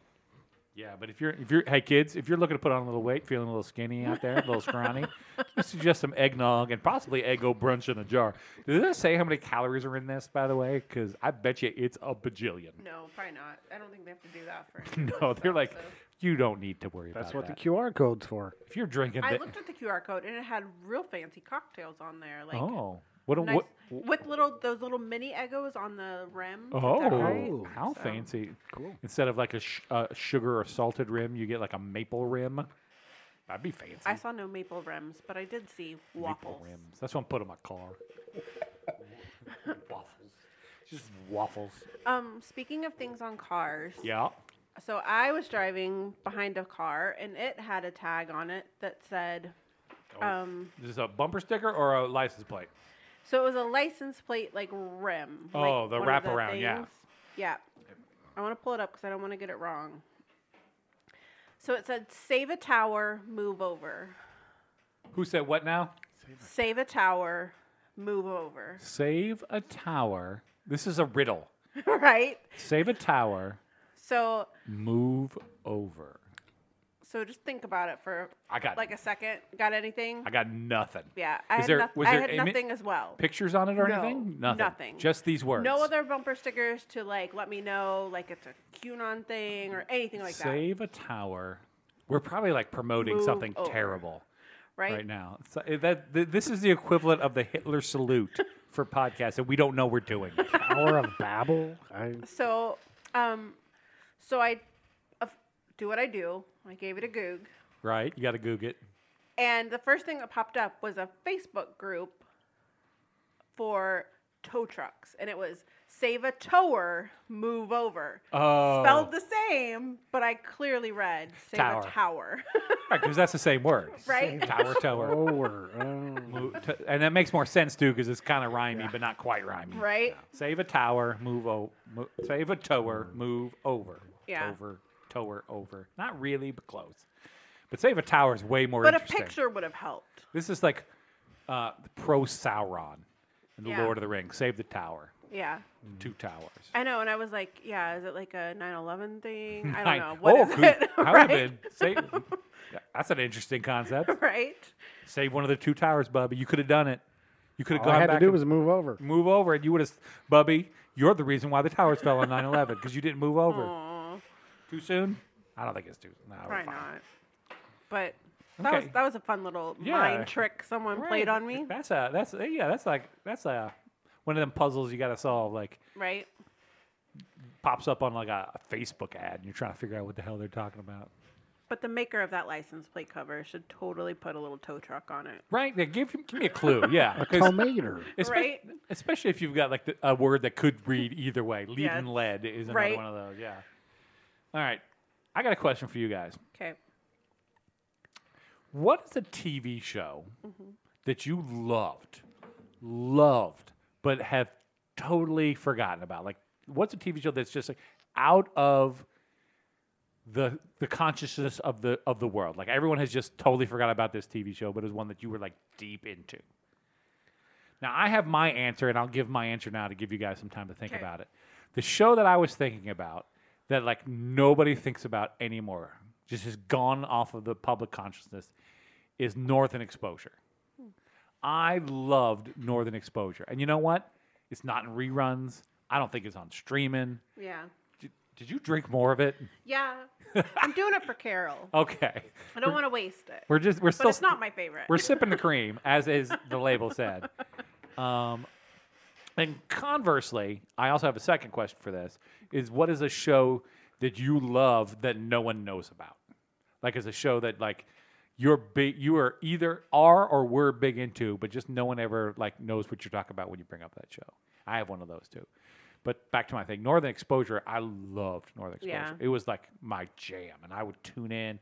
Speaker 1: Yeah, but if you're if you're hey kids, if you're looking to put on a little weight, feeling a little skinny out there, a little scrawny, I suggest some eggnog and possibly eggo brunch in a jar. Did it say how many calories are in this, by the way? Because I bet you it's a bajillion.
Speaker 2: No, probably not. I don't think they have to do that for.
Speaker 1: No, they're like,
Speaker 2: so-
Speaker 1: you don't need to worry
Speaker 3: That's
Speaker 1: about
Speaker 3: what
Speaker 1: that.
Speaker 3: the QR code's for.
Speaker 1: if you're drinking,
Speaker 2: I
Speaker 1: the,
Speaker 2: looked at the QR code and it had real fancy cocktails on there, like
Speaker 1: oh, what, a
Speaker 2: nice,
Speaker 1: what?
Speaker 2: with little those little mini egos on the rim. Is
Speaker 1: Oh,
Speaker 2: that right?
Speaker 3: right?
Speaker 1: how
Speaker 2: So-
Speaker 1: fancy!
Speaker 3: Cool.
Speaker 1: Instead of like a sh- uh, sugar or salted rim, you get like a maple rim. That'd be fancy.
Speaker 2: I saw no maple rims, but I did see
Speaker 1: Maple
Speaker 2: waffles.
Speaker 1: rims. That's what I'm putting in my car. waffles. Just waffles.
Speaker 2: Um, speaking of things on cars,
Speaker 1: Yeah.
Speaker 2: So I was driving behind a car and it had a tag on it that said,
Speaker 1: Oh.
Speaker 2: um,
Speaker 1: Is this a bumper sticker or a license plate?
Speaker 2: so it was a license plate like rim. like
Speaker 1: Oh, the
Speaker 2: one of
Speaker 1: wraparound, yeah.
Speaker 2: things. Yeah. I want to pull it up because I don't want to get it wrong. So it said, save a tower, move over.
Speaker 1: Who said what now?
Speaker 2: Save a tower, move over.
Speaker 1: Save a tower. This is a riddle.
Speaker 2: right?
Speaker 1: Save a tower,
Speaker 2: So,
Speaker 1: move over.
Speaker 2: so just think about it for
Speaker 1: I got
Speaker 2: like a second. Got anything?
Speaker 1: I got nothing.
Speaker 2: yeah. I
Speaker 1: Is
Speaker 2: had,
Speaker 1: there-
Speaker 2: noth-
Speaker 1: was
Speaker 2: I
Speaker 1: there
Speaker 2: had
Speaker 1: a mi-
Speaker 2: nothing as well.
Speaker 1: Pictures on it or
Speaker 2: No,
Speaker 1: anything? Nothing.
Speaker 2: nothing.
Speaker 1: Just these words.
Speaker 2: No other bumper stickers to like let me know like it's a QAnon thing or anything like that.
Speaker 1: Save a tower. We're probably like promoting
Speaker 2: Move
Speaker 1: something
Speaker 2: over.
Speaker 1: terrible
Speaker 2: Right?
Speaker 1: right now. It's, uh, that, th- this is the equivalent of the Hitler salute for podcasts, and we don't know we're doing it.
Speaker 3: Hour of Babel. I,
Speaker 2: So, um, so I uh, do what I do. I gave it a goog,
Speaker 1: Right? You got to Google it.
Speaker 2: and the first thing that popped up was a Facebook group for tow trucks, and it was "Save a Tower, Move Over."
Speaker 1: Oh.
Speaker 2: Spelled the same, but I clearly read "Save
Speaker 1: Tower.
Speaker 2: a Tower."
Speaker 1: Right, because that's the same word.
Speaker 2: right?
Speaker 1: Tower, tower.
Speaker 3: over. Oh.
Speaker 1: Mo- t- and that makes more sense too, because it's kind of rhymey, but not quite rhymey.
Speaker 2: Right?
Speaker 1: Save a tower, move over. Mo- save a tower, move over.
Speaker 2: Yeah.
Speaker 1: Over, tower, over. Not really, but close. But save a tower is way more
Speaker 2: But a
Speaker 1: interesting.
Speaker 2: picture would have helped.
Speaker 1: This is like uh, pro Sauron in the
Speaker 2: Yeah. Mm-hmm.
Speaker 1: Lord of the Rings. Save the tower,
Speaker 2: Yeah.
Speaker 1: two towers.
Speaker 2: I know, and I was like, yeah, is it like a 9/11 thing? I
Speaker 1: Nine-
Speaker 2: don't know. What
Speaker 1: oh,
Speaker 2: is
Speaker 1: could-
Speaker 2: it?
Speaker 1: How
Speaker 2: right?
Speaker 1: did save? That's an interesting concept.
Speaker 2: Right?
Speaker 1: Save one of the two towers, Bubby. You could have done it. You could have
Speaker 3: All
Speaker 1: gone
Speaker 3: I had
Speaker 1: back
Speaker 3: to do
Speaker 1: and-
Speaker 3: was move over.
Speaker 1: move over and you would have bubby you're the reason why the towers fell on 9-11 because you didn't move over
Speaker 2: Aw,
Speaker 1: too soon i don't think it's too no, we're
Speaker 2: Oh. probably
Speaker 1: Oh, fine.
Speaker 2: not. But that
Speaker 1: Okay.
Speaker 2: was that was a fun little
Speaker 1: Yeah.
Speaker 2: mind trick someone played
Speaker 1: Right.
Speaker 2: on me.
Speaker 1: that's a that's a- yeah that's like that's a one of them puzzles you gotta solve like
Speaker 2: Right?
Speaker 1: pops up on like a facebook ad and you're trying to figure out what the hell they're talking about
Speaker 2: But the maker of that license plate cover should totally put a little tow truck on it.
Speaker 1: right yeah, give, give me a clue yeah 'cause
Speaker 3: Tomater.
Speaker 1: espe-
Speaker 2: Right?
Speaker 1: especially if you've got like the, a word that could read either way lead
Speaker 2: Yeah.
Speaker 1: and lead is another
Speaker 2: Right.
Speaker 1: one of those yeah all right i got a question for you guys
Speaker 2: Okay.
Speaker 1: What is a TV show
Speaker 2: Mm-hmm.
Speaker 1: that you loved, loved, but have totally forgotten about? Like, what's a TV show that's just like out of the the consciousness of the of the world? Like everyone has just totally forgot about this TV show, but it was one that you were like deep into. Now I have my answer, and I'll give my answer now to give you guys some time to think
Speaker 2: Okay.
Speaker 1: about it. The show that I was thinking about that like nobody thinks about anymore, just has gone off of the public consciousness, is Northern Exposure. I loved Northern Exposure, and you know what? It's not in reruns. I don't think it's on streaming.
Speaker 2: Yeah.
Speaker 1: Did, did you drink more of it?
Speaker 2: Yeah. I'm doing it for Carol.
Speaker 1: Okay,
Speaker 2: I don't want to waste it.
Speaker 1: Oh, we're just we're
Speaker 2: But
Speaker 1: still
Speaker 2: it's not my favorite.
Speaker 1: We're sipping the cream, as is the label said. Um, and conversely, I also have a second question for this: is what is a show that you love that no one knows about? Like, is a show that like you're big, you are either are or were big into, but just no one ever like knows what you're talking about when you bring up that show. I have one of those too. But back to my thing, Northern Exposure. I loved Northern Exposure.
Speaker 2: Yeah.
Speaker 1: It was like my jam, and I would tune in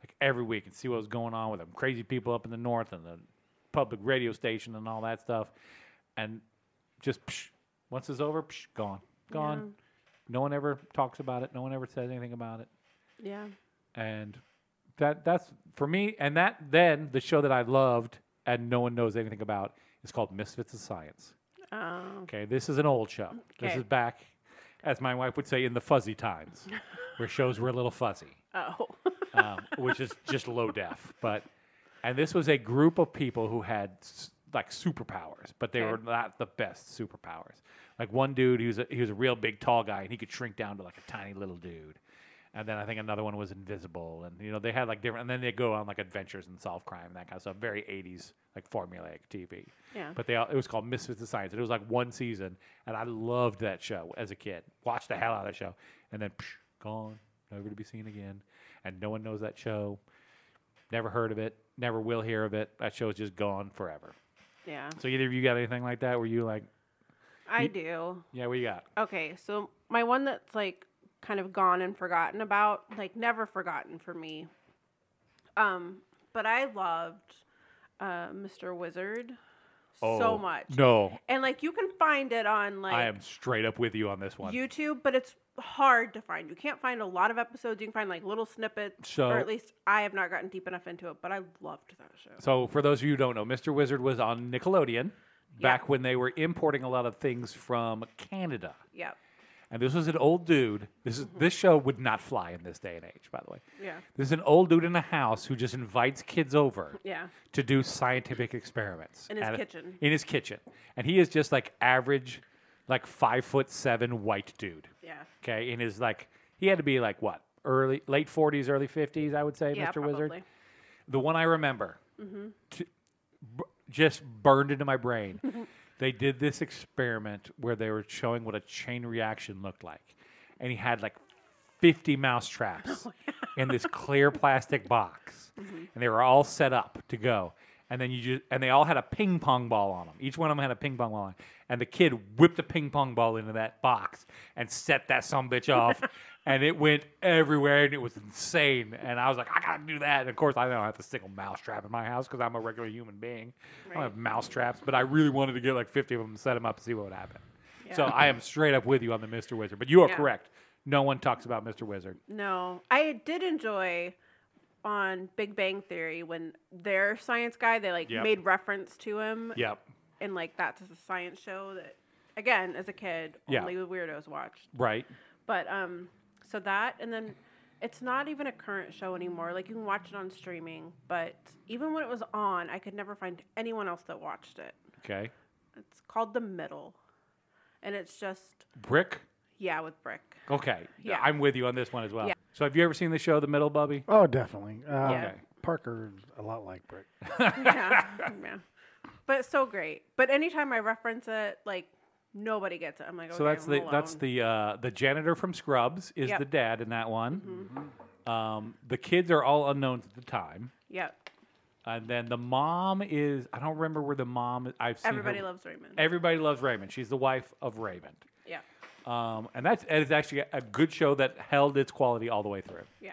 Speaker 1: like every week and see what was going on with them crazy people up in the north and the public radio station and all that stuff. and just psh, once it's over, psh, gone, gone. No one ever talks about it. No one ever says anything about it.
Speaker 2: Yeah.
Speaker 1: And that that's for me. And that then the show that I loved and no one knows anything about is called Misfits of Science.
Speaker 2: Um,
Speaker 1: Okay, this is an old show. This
Speaker 2: Okay.
Speaker 1: is back, as my wife would say, in the fuzzy times, where shows were a little fuzzy
Speaker 2: oh.
Speaker 1: um, which is just low def. But and this was a group of people who had s- like superpowers, but they
Speaker 2: Okay.
Speaker 1: were not the best superpowers. Like one dude, he was a, he was a real big tall guy, and he could shrink down to like a tiny little dude. And then I think another one was invisible, and you know they had like different. And then they go on like adventures and solve crime and that kind of stuff. Very '80s like formulaic TV.
Speaker 2: Yeah.
Speaker 1: But they all, it was called Misfits of Science, and it was like one season, and I loved that show as a kid. Watched the hell out of that show, and then psh, gone, never to be seen again, and no one knows that show. Never heard of it. Never will hear of it. That show's just gone forever.
Speaker 2: yeah.
Speaker 1: So either of you got anything like that where you like,
Speaker 2: I do.
Speaker 1: yeah, we got.
Speaker 2: Okay, so my one that's like kind of gone and forgotten about, like never forgotten for me. Um, but I loved uh, Mr. Wizard so much.
Speaker 1: Oh, No,
Speaker 2: And like you can find it on like
Speaker 1: I am straight up with you on this one.
Speaker 2: YouTube, but it's hard to find. You can't find a lot of episodes. You can find like little snippets,
Speaker 1: So-
Speaker 2: or at least I have not gotten deep enough into it. But I loved that show.
Speaker 1: So, for those of you who don't know, Mr. Wizard was on Nickelodeon
Speaker 2: Yeah.
Speaker 1: back when they were importing a lot of things from Canada.
Speaker 2: Yeah,
Speaker 1: And this was an old dude. This is this show would not fly in this day and age, by the way.
Speaker 2: yeah,
Speaker 1: This is an old dude in a house who just invites kids over
Speaker 2: yeah.
Speaker 1: to do scientific experiments
Speaker 2: In his
Speaker 1: at a-
Speaker 2: kitchen.
Speaker 1: in his kitchen, and he is just like average, like five foot seven white dude.
Speaker 2: Yeah.
Speaker 1: Okay, in his like he had to be like what early late forties, early fifties, I would say,
Speaker 2: yeah,
Speaker 1: Mr. Wizard.
Speaker 2: probably.
Speaker 1: The one I remember t- b- just burned into my brain. they did this experiment where they were showing what a chain reaction looked like. And he had like 50 mouse traps in this clear plastic box. And they were all set up to go. And then you just, and they all had a ping pong ball on them. Each one of them had a ping pong ball on. 'em. And the kid whipped a ping pong ball into that box and set that some bitch off. and it went everywhere and it was insane. And I was like, I gotta do that. And of course, I don't have a single mouse trap in my house because I'm a regular human being. I don't
Speaker 2: Right.
Speaker 1: have mouse traps, but I really wanted to get like 50 of them and set them up and see what would happen. So
Speaker 2: Yeah.
Speaker 1: I am straight up with you on the Mr. Wizard, but you are
Speaker 2: Yeah.
Speaker 1: correct. No one talks about Mr. Wizard.
Speaker 2: No, I did enjoy on Big Bang Theory when their science guy they like
Speaker 1: Yep.
Speaker 2: made reference to him
Speaker 1: Yep.
Speaker 2: and like that's a science show that again as a kid
Speaker 1: Yeah.
Speaker 2: only the weirdos watched.
Speaker 1: Right.
Speaker 2: But um so that and then it's not even a current show anymore. Like you can watch it on streaming, but even when it was on, I could never find anyone else that watched it.
Speaker 1: Okay.
Speaker 2: It's called The Middle. And it's just
Speaker 1: Brick.
Speaker 2: yeah with brick.
Speaker 1: Okay.
Speaker 2: Yeah.
Speaker 1: I'm with you on this one as well.
Speaker 2: Yeah.
Speaker 1: So have you ever seen the show The Middle Bubby?
Speaker 3: Oh, definitely. Uh,
Speaker 2: Yeah.
Speaker 3: Parker's a lot like Brick.
Speaker 2: yeah, yeah. But it's so great. But anytime I reference it, like nobody gets it. I'm like, okay,
Speaker 1: So that's
Speaker 2: I'm
Speaker 1: the that's
Speaker 2: alone.
Speaker 1: the uh, the janitor from Scrubs is
Speaker 2: Yep. Mm-hmm.
Speaker 1: the dad in that one. Um, the kids are all unknowns at the time,
Speaker 2: yep.
Speaker 1: and then the mom is I don't remember where the mom. is. I've seen her-
Speaker 2: Everybody loves Raymond.
Speaker 1: Everybody loves Raymond. She's the wife of Raymond,
Speaker 2: yeah,
Speaker 1: um, and that's it's actually a good show that held its quality all the way through.
Speaker 2: yeah,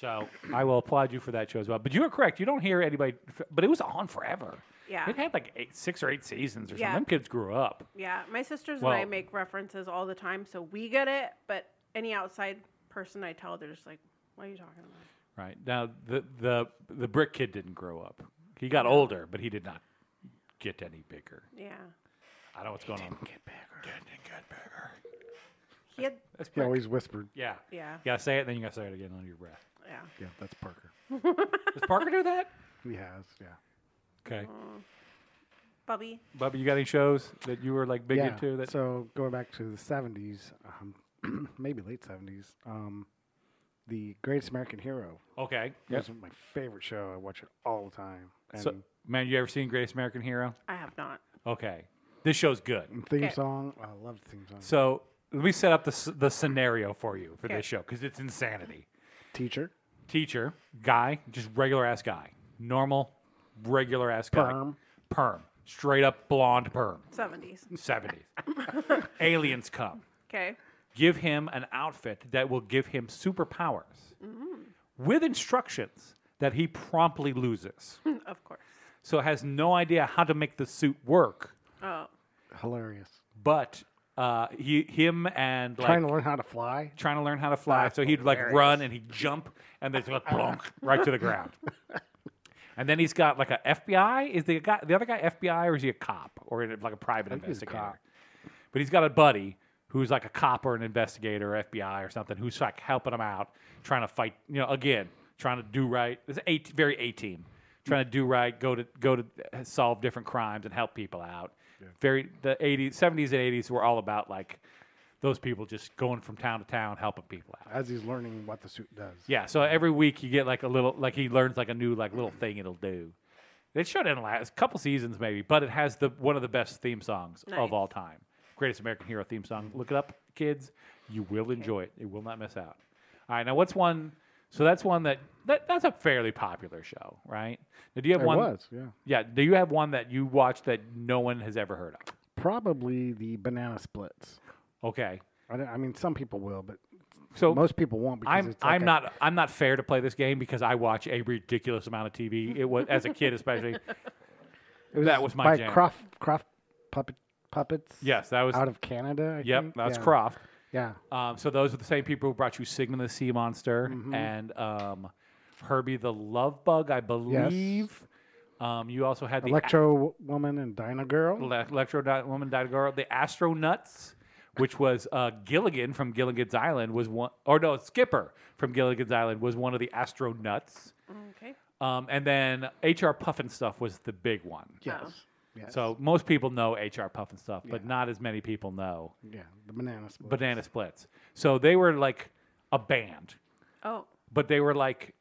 Speaker 1: So I will applaud you for that show as well. But you are correct. You don't hear anybody, but it was on forever.
Speaker 2: Yeah.
Speaker 1: It had like eight, six or eight seasons or
Speaker 2: Yeah.
Speaker 1: something. Them kids grew up.
Speaker 2: yeah. My sisters and I
Speaker 1: Well-
Speaker 2: make references all the time, so we get it. But any outside person I tell, they're just like, "What are you talking about?"
Speaker 1: Right. Now, the, the, the brick kid didn't grow up. He got older, but he did not get any bigger.
Speaker 2: Yeah,
Speaker 1: I don't know what's going on. Get bigger. Didn't get bigger.
Speaker 2: he had,
Speaker 1: That's
Speaker 3: He
Speaker 1: brick.
Speaker 3: always whispered.
Speaker 1: yeah.
Speaker 2: yeah,
Speaker 1: You got to say it, then you got to say it again under your breath.
Speaker 2: yeah.
Speaker 3: Yeah, that's Parker.
Speaker 1: Does Parker do that?
Speaker 3: He has, yeah.
Speaker 1: Okay.
Speaker 2: Bubby,
Speaker 1: Bubba, you got any shows that you were like big
Speaker 3: yeah.
Speaker 1: into? That
Speaker 3: So going back to the 70s, um, maybe late 70s, um, the Greatest American Hero
Speaker 1: Okay.
Speaker 3: It was my favorite show. I watch it all the time. And
Speaker 1: So, man, you ever seen Greatest American Hero?
Speaker 2: I have not.
Speaker 1: Okay. This show's good.
Speaker 3: theme
Speaker 2: Okay.
Speaker 3: song, I love the theme song.
Speaker 1: So let me set up the, s- the scenario for you for
Speaker 2: Okay.
Speaker 1: this show because it's insanity.
Speaker 3: Teacher,
Speaker 1: Teacher, guy, just regular ass guy, normal, regular ass guy,
Speaker 3: Perm.
Speaker 1: perm, straight up blonde perm,
Speaker 2: Seventies,
Speaker 1: seventies. Aliens come,
Speaker 2: okay,
Speaker 1: give him an outfit that will give him superpowers,
Speaker 3: Mm-hmm.
Speaker 1: with instructions that he promptly loses.
Speaker 2: of course.
Speaker 1: so has no idea how to make the suit work
Speaker 2: Oh,
Speaker 3: Hilarious.
Speaker 1: But uh, he, him and like
Speaker 3: Trying to learn how to fly.
Speaker 1: trying to learn how to fly.
Speaker 3: That's
Speaker 1: so he'd like
Speaker 3: hilarious.
Speaker 1: run and he'd jump and then like plonk right to the ground. And then he's got like a FBI. Is the guy the other guy FBI or is he a cop or is it like a private
Speaker 3: he's a
Speaker 1: investigator?
Speaker 3: cop.
Speaker 1: But he's got a buddy who's like a cop or an investigator or FBI or something who's like helping him out, trying to fight. You know, again, trying to do right. It's a very A team, trying to do right, go to go to uh, solve different crimes and help people out. Very the 80s, 70s and 80s were all about like those people just going from town to town helping people out.
Speaker 3: As he's learning what the suit does.
Speaker 1: Yeah, so every week you get like a little, like he learns like a new like little thing it'll do. It showed in the last couple seasons maybe, but it has the one of the best theme songs
Speaker 2: Nice.
Speaker 1: of all time, Greatest American Hero theme song. Look it up, kids. You will enjoy it. You will not miss out. All right, now what's one? So that's one that, that that's a fairly popular show, right? Now, do you have
Speaker 3: It
Speaker 1: one?
Speaker 3: was, yeah.
Speaker 1: Yeah. Do you have one that you watch that no one has ever heard of?
Speaker 3: Probably the banana splits.
Speaker 1: Okay.
Speaker 3: I, don't- I mean, some people will, but
Speaker 1: So
Speaker 3: most people won't because
Speaker 1: I'm
Speaker 3: it's like
Speaker 1: I'm
Speaker 3: a-
Speaker 1: not I'm not fair to play this game because I watch a ridiculous amount of TV. It was as a kid especially.
Speaker 3: it was
Speaker 1: that was my
Speaker 3: by
Speaker 1: jam.
Speaker 3: Croft Croft puppet puppets.
Speaker 1: Yes, that was
Speaker 3: out of Canada. I
Speaker 1: yep.
Speaker 3: think.
Speaker 1: That's
Speaker 3: yeah.
Speaker 1: Croft.
Speaker 3: Yeah,
Speaker 1: Um, so those are the same people who brought you Sigmund the Sea Monster
Speaker 3: Mm-hmm.
Speaker 1: and um, Herbie the Love Bug, I believe. Um, you also had the
Speaker 3: Electro Woman and Dino Girl.
Speaker 1: Le- Electro Di- Woman Died Girl, the Astronauts, which was uh, Gilligan from Gilligan's Island was one, or no, Skipper from Gilligan's Island was one of the Astronauts.
Speaker 2: okay.
Speaker 1: Um, and then HR Puffin stuff was the big one.
Speaker 3: yes. yes.
Speaker 1: So most people know HR Puffin stuff, but not as many people know
Speaker 3: yeah, the banana splits.
Speaker 1: Banana Splits. So they were like a band,
Speaker 2: Oh,
Speaker 1: but they were like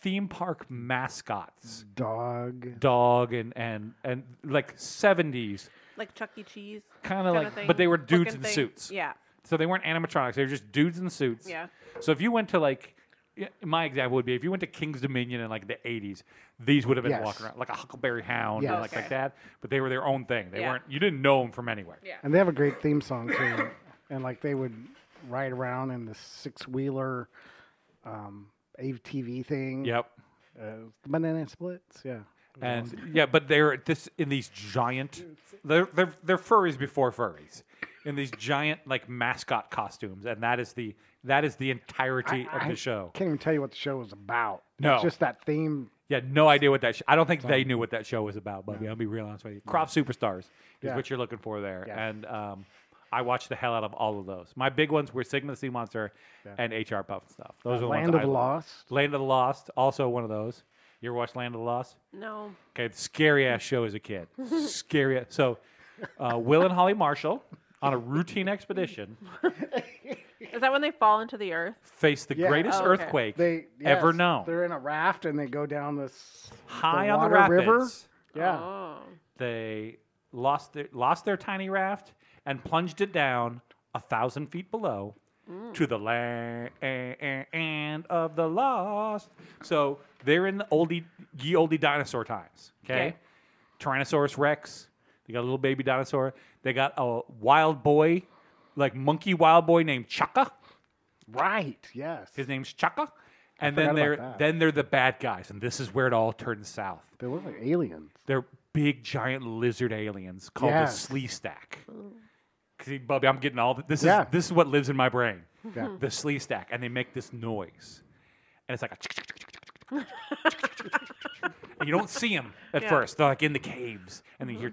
Speaker 1: theme park
Speaker 3: Mm-hmm.
Speaker 1: mascots,
Speaker 3: dog.
Speaker 1: dog and and and like seventies
Speaker 2: like Chuck E. Cheese.
Speaker 1: kind of
Speaker 2: kinda
Speaker 1: like, but they
Speaker 2: thing,
Speaker 1: were dudes
Speaker 2: looking
Speaker 1: in
Speaker 2: thing.
Speaker 1: suits.
Speaker 2: Yeah.
Speaker 1: So they weren't animatronics; they were just dudes in suits.
Speaker 2: Yeah.
Speaker 1: So if you went to like, y- my example would be if you went to King's Dominion in like the '80s, these would have been
Speaker 3: Yes.
Speaker 1: walking around like a Huckleberry Hound and
Speaker 3: Yes.
Speaker 1: like like
Speaker 2: Okay.
Speaker 1: that. But they were their own thing. They
Speaker 2: Yeah.
Speaker 1: weren't. You didn't know them from anywhere.
Speaker 2: Yeah.
Speaker 3: And they have a great theme song too. and like they would ride around in the six wheeler um, ATV thing.
Speaker 1: Yep.
Speaker 3: Uh, the banana splits. Yeah.
Speaker 1: And yeah, but they're at this in these giant. They're they're they're furries before furries, in these giant like mascot costumes, and that is the that is the entirety of
Speaker 3: I
Speaker 1: the show.
Speaker 3: Can't even tell you what the show was about.
Speaker 1: No.
Speaker 3: It's just that theme.
Speaker 1: Yeah, no idea what that. Sh- I don't think they knew what that show was about, Bubby. I'll be real honest with you. Crop Superstars is
Speaker 3: Yeah.
Speaker 1: what you're looking for there,
Speaker 3: Yeah.
Speaker 1: and um, I watched the hell out of all of those. My big ones were Sigma the Sea Monster and HR Puff stuff. Those are the
Speaker 3: Uh, Land
Speaker 1: ones
Speaker 3: of
Speaker 1: I
Speaker 3: the
Speaker 1: loved.
Speaker 3: Lost.
Speaker 1: Land of the Lost, also one of those. You ever watched Land of the Lost?
Speaker 2: No.
Speaker 1: Okay, scary ass show as a kid. scary. So, uh, Will and Holly Marshall on a routine expedition
Speaker 2: Is that when they fall into the earth?
Speaker 1: face the
Speaker 3: Yeah.
Speaker 1: greatest
Speaker 2: Oh, okay.
Speaker 1: earthquake
Speaker 3: They
Speaker 1: ever
Speaker 3: yes,
Speaker 1: known.
Speaker 3: They're in a raft and they go down this
Speaker 1: High on the
Speaker 3: water
Speaker 1: rapids.
Speaker 3: river. Yeah.
Speaker 2: Oh.
Speaker 1: they lost their, lost their tiny raft and plunged it down a thousand feet below
Speaker 3: Mm.
Speaker 1: to the land of the lost. So they're in the oldie, ye oldie dinosaur times. Okay,
Speaker 2: Okay.
Speaker 1: Tyrannosaurus Rex. They got a little baby dinosaur. They got a wild boy, like monkey wild boy named Chaka.
Speaker 3: Right. Yes.
Speaker 1: His name's Chaka. And then
Speaker 3: forgot
Speaker 1: they're
Speaker 3: about that.
Speaker 1: then they're the bad guys, and this is where it all turns south.
Speaker 3: They look like aliens.
Speaker 1: They're big giant lizard aliens called
Speaker 3: Yes.
Speaker 1: the Sleestack. See, Bubby, I'm getting all the, this
Speaker 3: Yeah.
Speaker 1: is this is what lives in my brain.
Speaker 3: Yeah.
Speaker 1: The Sleestack, and they make this noise, and it's like a. and you don't see them at
Speaker 2: Yeah. Mm-hmm.
Speaker 1: first. They're like in the caves, and then you hear.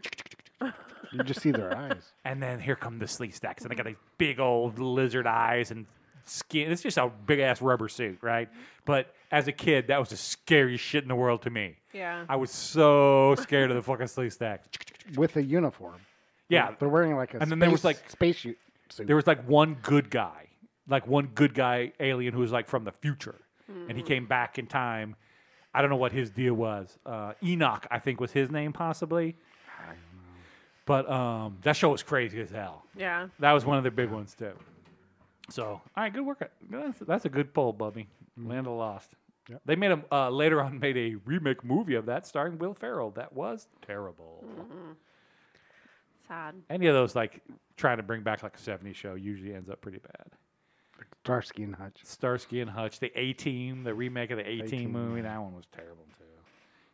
Speaker 3: You just see their eyes.
Speaker 1: And then here come the sleeve stacks, and they got these big old lizard eyes and skin. It's just a big ass rubber suit, right?
Speaker 2: Mm-hmm.
Speaker 1: But as a kid, that was the scariest shit in the world to me.
Speaker 2: Yeah.
Speaker 1: I was so scared of the fucking sleeve stacks.
Speaker 3: With a uniform.
Speaker 1: Yeah,
Speaker 3: They're wearing like a
Speaker 1: And then there was,
Speaker 3: space-
Speaker 1: like-
Speaker 3: spacesuit suit.
Speaker 1: there was like one good guy, like one good guy alien who was like from the future, and he came back in time. I don't know what his deal was. Uh, Enoch, I think, was his name possibly. But um, that show was crazy as hell.
Speaker 2: Yeah.
Speaker 1: That was one of the big ones too. So, all right, good work. That's, that's a good poll, Bubby. Land of Lost.
Speaker 3: Yep.
Speaker 1: They made a uh, later on made a remake movie of that starring Will Ferrell. That was terrible.
Speaker 2: Sad.
Speaker 1: Any of those like trying to bring back like a '70s show usually ends up pretty bad.
Speaker 3: Starsky and Hutch.
Speaker 1: Starsky and Hutch, the A Team, the remake of the A Team
Speaker 3: A-Team,
Speaker 1: movie. That one was terrible too.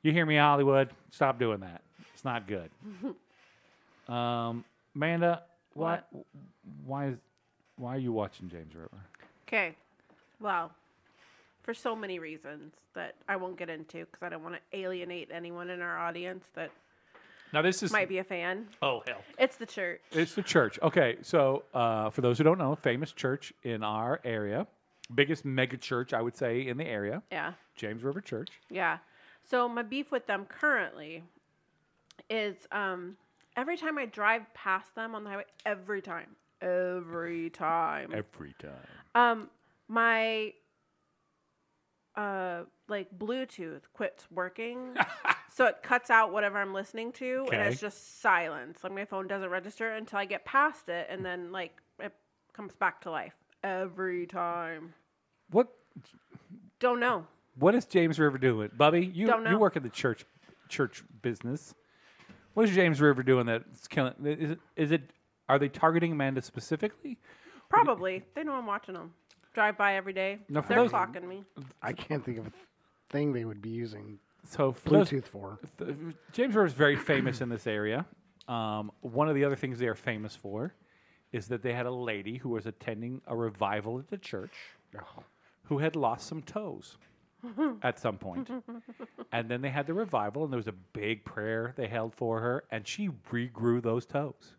Speaker 1: You hear me, Hollywood? Stop doing that. It's not good. Um, Amanda, why, why is, why are you watching James River?
Speaker 2: Okay. Well, for so many reasons that I won't get into because I don't want to alienate anyone in our audience that
Speaker 1: Now this is
Speaker 2: might be a fan.
Speaker 1: oh hell.
Speaker 2: It's the church.
Speaker 1: It's the church. Okay, so uh, for those who don't know, famous church in our area, biggest mega church I would say in the area,
Speaker 2: Yeah.
Speaker 1: James River Church.
Speaker 2: Yeah. So my beef with them currently is um, every time I drive past them on the highway, every time, every time,
Speaker 1: Every time.
Speaker 2: um, my uh, like Bluetooth quits working, so it cuts out whatever I'm listening to, and
Speaker 1: Okay.
Speaker 2: it's just silence. Like my phone doesn't register until I get past it, and then like it comes back to life every time.
Speaker 1: What
Speaker 2: Don't know.
Speaker 1: what is James River doing, Bubby? You
Speaker 2: Don't know.
Speaker 1: you work in the church church business. What is James River doing that's killing? Is it, is it are they targeting Amanda specifically?
Speaker 2: Probably they know I'm watching them. Drive by every day.
Speaker 1: No, for
Speaker 2: They're
Speaker 1: those-
Speaker 2: clocking me.
Speaker 3: I can't think of a thing they would be using
Speaker 1: So for those-
Speaker 3: Bluetooth for.
Speaker 1: th- James River is very famous in this area. Um, one of the other things they are famous for is that they had a lady who was attending a revival at the church
Speaker 3: Oh,
Speaker 1: who had lost some toes at some point. and then they had the revival, and there was a big prayer they held for her, and she regrew those toes.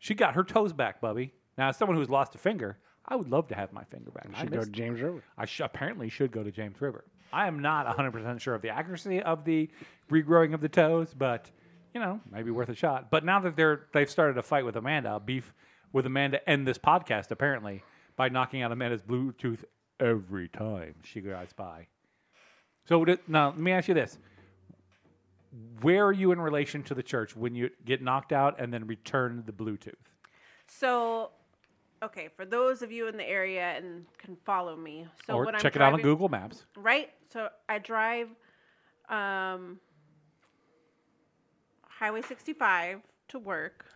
Speaker 1: She got her toes back, Bubby. Now, as someone who's lost a finger, I would love to have my finger back. I
Speaker 3: should go
Speaker 1: missed-
Speaker 3: to James River.
Speaker 1: I sh- apparently should go to James River. I am not 100% sure of the accuracy of the regrowing of the toes, but you know, maybe worth a shot. But now that they're they've started a fight with Amanda, a beef with Amanda and this podcast apparently by knocking out Amanda's Bluetooth every time she drives by. So would it- now let me ask you this. Where are you in relation to the church when you get knocked out and then return the Bluetooth?
Speaker 2: So, okay, for those of you in the area and can follow me, so
Speaker 1: or
Speaker 2: when
Speaker 1: check
Speaker 2: I'm
Speaker 1: it out on
Speaker 2: driving-
Speaker 1: Google Maps.
Speaker 2: right? So I drive um, Highway 65 to work.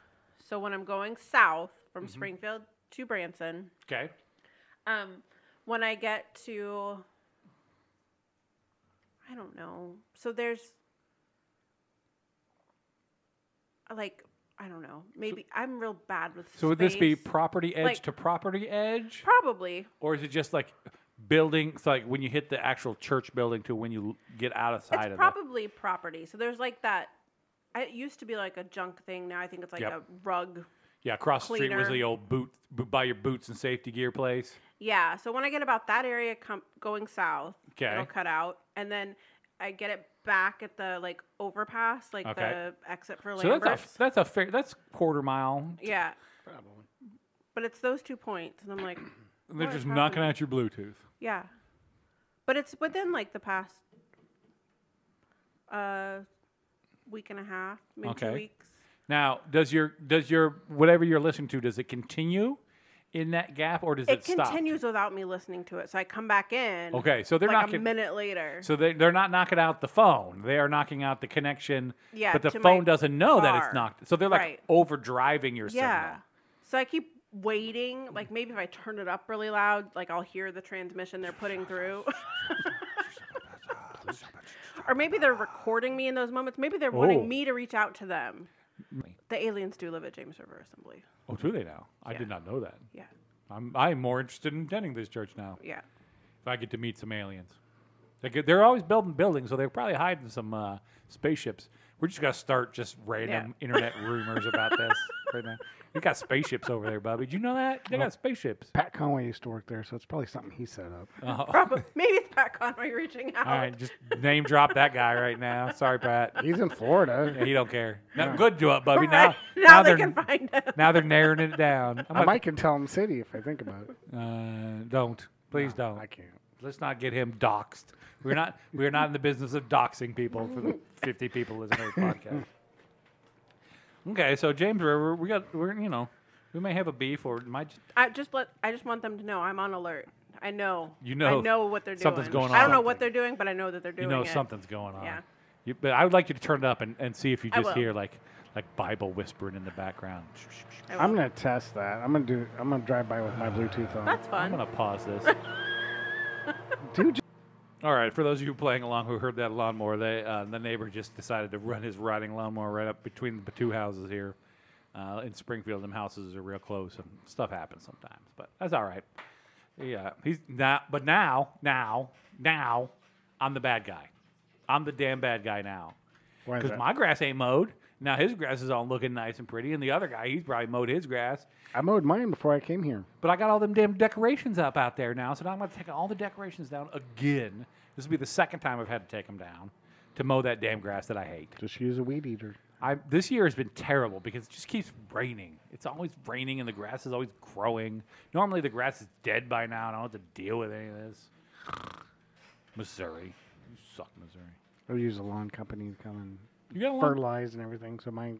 Speaker 2: So when I'm going south from
Speaker 1: Mm-hmm.
Speaker 2: Springfield to Branson,
Speaker 1: Okay.
Speaker 2: um, when I get to, I don't know. So there's like I don't know. Maybe I'm real bad with.
Speaker 1: So would this be
Speaker 2: space.
Speaker 1: property edge
Speaker 2: Like-
Speaker 1: to property edge?
Speaker 2: Probably.
Speaker 1: or is it just like building it's like when you hit the actual church building to when you l- get out of sight
Speaker 2: It's
Speaker 1: of
Speaker 2: probably property. So there's like that. It used to be like a junk thing. Now I think it's like
Speaker 1: Yep.
Speaker 2: a rug.
Speaker 1: it yeah across the street was
Speaker 2: cleaner.
Speaker 1: the old boot, boot buy your boots and safety gear place
Speaker 2: Yeah. So when I get about that area com- going south,
Speaker 1: Okay.
Speaker 2: it'll cut out, and then I get it back at the like overpass, like
Speaker 1: Okay.
Speaker 2: the exit for
Speaker 1: so that's
Speaker 2: Lambert's.
Speaker 1: a that's a fair that's quarter mile
Speaker 2: yeah.
Speaker 3: Probably.
Speaker 2: But it's those two points, and I'm like,
Speaker 1: they're
Speaker 2: What
Speaker 1: just
Speaker 2: happened?
Speaker 1: knocking out your bluetooth
Speaker 2: yeah. But it's within like the past uh week and a half, maybe
Speaker 1: Okay.
Speaker 2: two weeks.
Speaker 1: now does your does your whatever you're listening to does it continue in that gap or does it,
Speaker 2: It
Speaker 1: stop
Speaker 2: continues without me listening to it, so I come back in.
Speaker 1: okay so they're
Speaker 2: like
Speaker 1: not
Speaker 2: a
Speaker 1: con-
Speaker 2: minute later.
Speaker 1: so they, they're not knocking out the phone they are knocking out the connection
Speaker 2: Yeah,
Speaker 1: but the
Speaker 2: to my
Speaker 1: phone doesn't know that it's
Speaker 2: car.
Speaker 1: knocked so they're like
Speaker 2: Right.
Speaker 1: overdriving your
Speaker 2: yeah.
Speaker 1: signal
Speaker 2: So I keep waiting. Like maybe if I turn it up really loud, like I'll hear the transmission they're putting through. or maybe they're recording me in those moments. Maybe they're
Speaker 1: Oh.
Speaker 2: wanting me to reach out to them. The aliens do live at James River Assembly.
Speaker 1: oh do they now i did not know that
Speaker 2: Yeah.
Speaker 1: I'm I'm more interested in attending this church now.
Speaker 2: Yeah.
Speaker 1: If I get to meet some aliens, they could, they're always building buildings, so they're probably hiding some uh, spaceships. We're just gonna start just random internet rumors about this right now. They got spaceships over there, Bubby. Did you know that
Speaker 2: Oh.
Speaker 1: they got spaceships?
Speaker 3: Pat Conway used to work there, so it's probably something he set up.
Speaker 2: Probably. maybe it's Pat Conway reaching out.
Speaker 1: All right, just name drop that guy right now. Sorry, Pat.
Speaker 3: He's in Florida.
Speaker 1: He don't care. No, good job, Bubby.
Speaker 2: Right.
Speaker 1: Now,
Speaker 2: now, they
Speaker 1: they're
Speaker 2: can find him.
Speaker 1: now they're narrowing it down.
Speaker 3: I
Speaker 1: I'm
Speaker 3: might can tell him city if I think about it.
Speaker 1: gonna- uh, don't please don't.
Speaker 3: I can't.
Speaker 1: Let's not get him doxxed. We're not we're not in the business of doxing people for the fifty people listening to the podcast. Okay, so James River, we got we're you know, we may have a beef or it might just
Speaker 2: I just let I just want them to know I'm on alert. I know.
Speaker 1: You know
Speaker 2: I know what they're
Speaker 1: something's
Speaker 2: doing.
Speaker 1: going
Speaker 2: I
Speaker 1: on.
Speaker 2: don't know what they're doing, but I know that they're
Speaker 1: you
Speaker 2: doing
Speaker 1: know
Speaker 2: it.
Speaker 1: something's going on.
Speaker 2: Yeah.
Speaker 1: You, but I would like you to turn it up and, and see if you
Speaker 2: I
Speaker 1: just
Speaker 2: will.
Speaker 1: hear like like Bible whispering in the background.
Speaker 2: I
Speaker 3: I'm
Speaker 2: will.
Speaker 3: gonna test that. I'm gonna do. I'm gonna drive by with my Bluetooth on.
Speaker 2: That's
Speaker 1: I'm
Speaker 2: fun.
Speaker 1: gonna pause this.
Speaker 3: Dude,
Speaker 1: All right, for those of you playing along who heard that lawnmower, they, uh, the neighbor just decided to run his riding lawnmower right up between the two houses here. Uh, in Springfield, them houses are real close, and stuff happens sometimes. But that's all right. Yeah, he's not. But now, now, now, I'm the bad guy. I'm the damn bad guy now.
Speaker 3: Why is
Speaker 1: Because
Speaker 3: that?
Speaker 1: my grass ain't mowed. Now his grass is all looking nice and pretty, and the other guy, he's probably mowed his grass.
Speaker 3: I mowed mine before I came here.
Speaker 1: But I got all them damn decorations up out there now, so now I'm going to take all the decorations down again. This will be the second time I've had to take them down to mow that damn grass that I hate.
Speaker 3: Just use a weed eater.
Speaker 1: I this year has been terrible because it just keeps raining. It's always raining and the grass is always growing. Normally the grass is dead by now, and I don't have to deal with any of this. Missouri, you suck, Missouri.
Speaker 3: I use a lawn company to come
Speaker 1: You got a
Speaker 3: and
Speaker 1: lawn?
Speaker 3: fertilize and everything. So my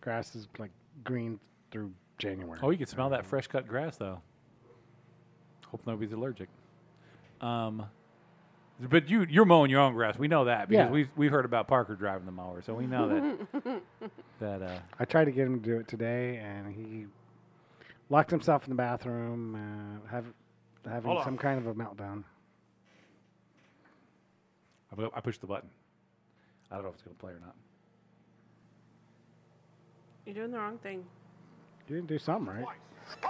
Speaker 3: grass is like green through January.
Speaker 1: Oh, you can smell that fresh cut grass though. Hope nobody's allergic. Um, but you you're mowing your own grass. We know that because
Speaker 3: Yeah.
Speaker 1: we've we've heard about Parker driving the mower, so we know that that uh,
Speaker 3: I tried to get him to do it today, and he locked himself in the bathroom, uh, have, having
Speaker 1: Hold on.
Speaker 3: some kind of a meltdown.
Speaker 1: I bu- I pushed the button. I don't know if it's gonna play or not.
Speaker 2: You're doing the wrong thing.
Speaker 3: You didn't do something right.
Speaker 5: Wrong.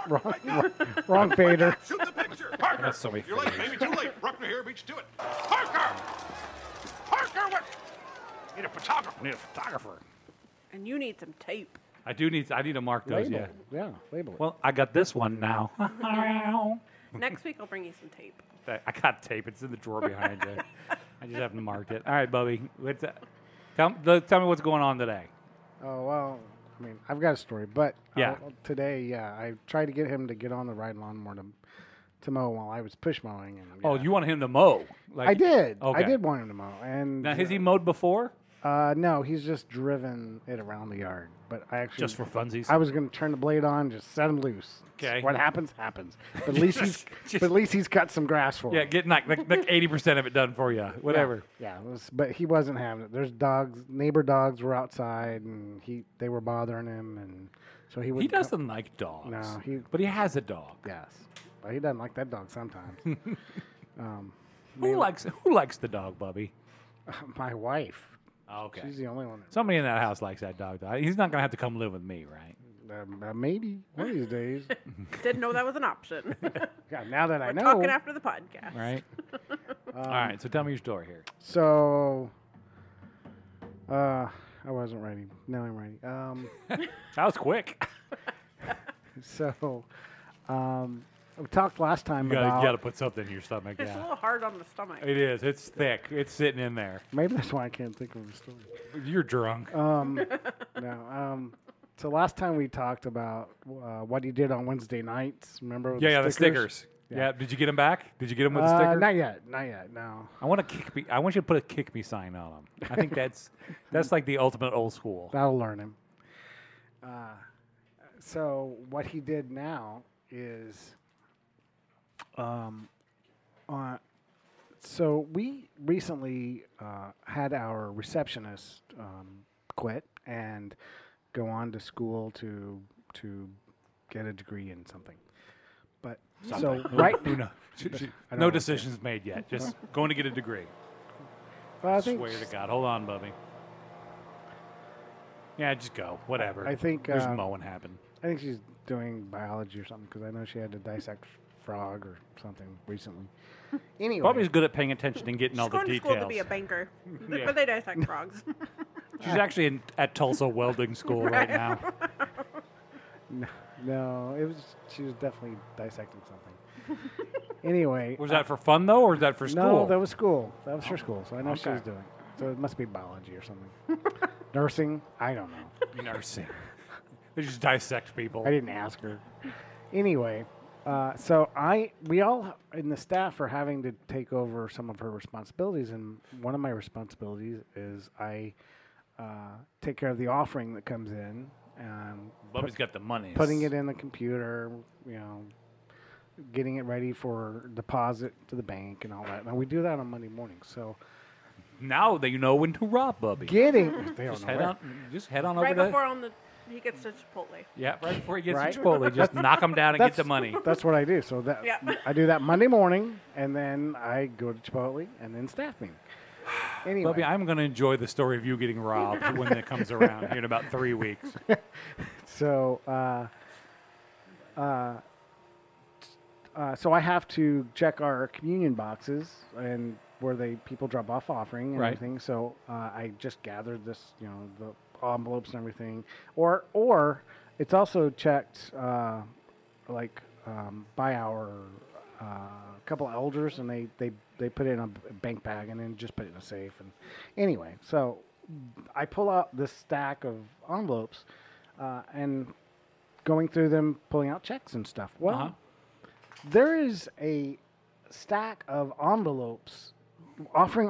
Speaker 3: wrong, wrong fader.
Speaker 5: Shoot the picture. Parker.
Speaker 1: That's so many
Speaker 5: You're late.
Speaker 1: fingers.
Speaker 5: Maybe too late. Bruckner here beats you to it. Parker. Parker. What? Need a photographer.
Speaker 1: I need a photographer.
Speaker 2: And you need some tape.
Speaker 1: I do need I need to mark those.
Speaker 3: Label.
Speaker 1: Yeah.
Speaker 3: it. yeah, label it.
Speaker 1: Well, I got this one now.
Speaker 2: Next week I'll bring you some tape.
Speaker 1: That- I got tape. It's in the drawer behind you. I just haven't marked it. All right, Bubby. What's that? Tell, the- tell me what's going on today.
Speaker 3: Oh well, I mean, I've got a story, but uh,
Speaker 1: Yeah.
Speaker 3: today, yeah, I tried to get him to get on the ride lawnmower to, to mow while I was push mowing. And,
Speaker 1: Oh,
Speaker 3: yeah.
Speaker 1: you want him to mow? Like,
Speaker 3: I did. I
Speaker 1: Okay.
Speaker 3: did want him to mow, and
Speaker 1: Now, has he mowed before?
Speaker 3: Uh, no, he's just driven it around the yard. But I actually
Speaker 1: Just for funsies.
Speaker 3: I was gonna turn the blade on, just set him loose.
Speaker 1: 'Kay.
Speaker 3: What happens, happens. But at least he's,
Speaker 1: Just-
Speaker 3: but at least he's cut some grass for
Speaker 1: yeah,
Speaker 3: me.
Speaker 1: getting like like- like eighty percent of it done for you. Whatever.
Speaker 3: Yeah, it was, but he wasn't having it. There's dogs, neighbor dogs were outside, and he they were bothering him, and so he would.
Speaker 1: He doesn't like dogs.
Speaker 3: No, he-
Speaker 1: but he has a dog.
Speaker 3: Yes, but he doesn't like that dog sometimes. um,
Speaker 1: Who likes Who likes the dog, Bubby?
Speaker 3: my wife,
Speaker 1: Oh, Okay.
Speaker 3: she's the only one. That,
Speaker 1: Somebody in that house likes that dog. Though. He's not gonna have to come live with me, right?
Speaker 3: uh, uh, maybe one of these days.
Speaker 2: Didn't know that was an option.
Speaker 3: God, now that I
Speaker 2: We're
Speaker 3: know. um,
Speaker 2: talking after the podcast.
Speaker 1: Right. All right. So tell me your story here.
Speaker 3: So, uh, I wasn't ready. Now I'm ready. Um,
Speaker 1: That was quick.
Speaker 3: so, um, we talked last time
Speaker 1: You gotta,
Speaker 3: about
Speaker 1: you gotta put something in your stomach.
Speaker 2: It's a
Speaker 1: Yeah.
Speaker 2: little hard on the stomach.
Speaker 1: It is. It's thick. It's sitting in there.
Speaker 3: maybe that's why I can't think of a story.
Speaker 1: You're drunk.
Speaker 3: Um, no. Um, so last time we talked about uh, what you did on Wednesday nights. Remember? with
Speaker 1: yeah, yeah, the stickers. Yeah.
Speaker 3: Yeah.
Speaker 1: Did you get them back? Did you get them with the
Speaker 3: Uh,
Speaker 1: sticker?
Speaker 3: not yet. Not yet. No.
Speaker 1: I want to kick me. I want you to put a kick me sign on them. I think that's that's like the ultimate old school.
Speaker 3: That'll learn him. Uh, so what he did now is, um, on. So we recently uh, had our receptionist um, quit and go on to school to to get a degree in something. But so
Speaker 1: Who-
Speaker 3: right,
Speaker 1: Who knows? She- she-
Speaker 3: I don't
Speaker 1: no
Speaker 3: know.
Speaker 1: decisions made yet. Just going to get a degree.
Speaker 3: well, I think
Speaker 1: Swear to God. Hold on, Bubby. Yeah, just go. Whatever.
Speaker 3: I think,
Speaker 1: there's
Speaker 3: uh,
Speaker 1: mowing happen.
Speaker 3: I think she's doing biology or something because I know she had to dissect frog or something recently. Anyway,
Speaker 1: Bubby's good at paying attention and getting all
Speaker 2: She's
Speaker 1: the
Speaker 2: going to
Speaker 1: details.
Speaker 2: school to be a banker.
Speaker 1: Yeah.
Speaker 2: But they dissect frogs.
Speaker 1: She's actually in, at Tulsa Welding School right now.
Speaker 3: No, it was. She was definitely dissecting something. anyway, uh,
Speaker 1: Was that for fun though, or is that for school?
Speaker 3: no, that was school. That was her school, so I know she
Speaker 1: Okay.
Speaker 3: was doing. it. So it must be biology or something. Nursing? I don't know.
Speaker 1: nursing. They just dissect people.
Speaker 3: I didn't ask her. Anyway, uh, so I we all in the staff are having to take over some of her responsibilities, and one of my responsibilities is I uh, take care of the offering that comes in. Um,
Speaker 1: Bubby's got the money.
Speaker 3: putting it in the computer, you know, getting it ready for deposit to the bank and all that. Now we do that on Monday mornings. So
Speaker 1: Now that you know when to rob Bubby.
Speaker 3: getting they don't
Speaker 1: just
Speaker 3: know
Speaker 1: head
Speaker 3: where.
Speaker 1: on. Just head on
Speaker 2: right
Speaker 1: over
Speaker 2: before
Speaker 1: to.
Speaker 2: on the he gets to Chipotle.
Speaker 1: Yeah, right before he gets
Speaker 3: Right?
Speaker 1: to Chipotle, just knock him down and get the money.
Speaker 3: That's what I do. So that
Speaker 2: Yeah.
Speaker 3: I do that Monday morning, and then I go to Chipotle, and then staff meeting. Anyway,
Speaker 1: Bubby, I'm going to enjoy the story of you getting robbed when it comes around here in about three weeks.
Speaker 3: So, uh, uh, t- uh, so I have to check our communion boxes and where they people drop off offering and
Speaker 1: Right.
Speaker 3: everything. So uh, I just gathered this, you know, the envelopes and everything. Or or it's also checked uh, like um, by our uh, couple elders and they they they put it in a b- bank bag and then just put it in a safe. And anyway, so I pull out this stack of envelopes uh, and going through them, pulling out checks and stuff. Well,
Speaker 1: Uh-huh.
Speaker 3: there is a stack of envelopes, offering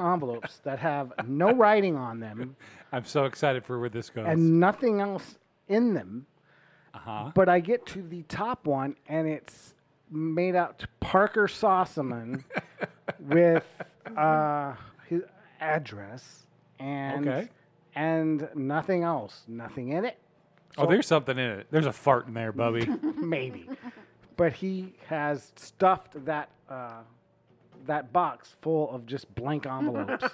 Speaker 3: envelopes that have no writing on them
Speaker 1: I'm so excited for where this goes.
Speaker 3: and nothing else in them.
Speaker 1: uh-huh.
Speaker 3: But I get to the top one, and it's made out to Parker Sossaman with uh, his address and
Speaker 1: Okay.
Speaker 3: and nothing else, nothing in it,
Speaker 1: Oh, there's something in it. There's a fart in there, Bubby.
Speaker 3: maybe. but he has stuffed that uh, that box full of just blank envelopes,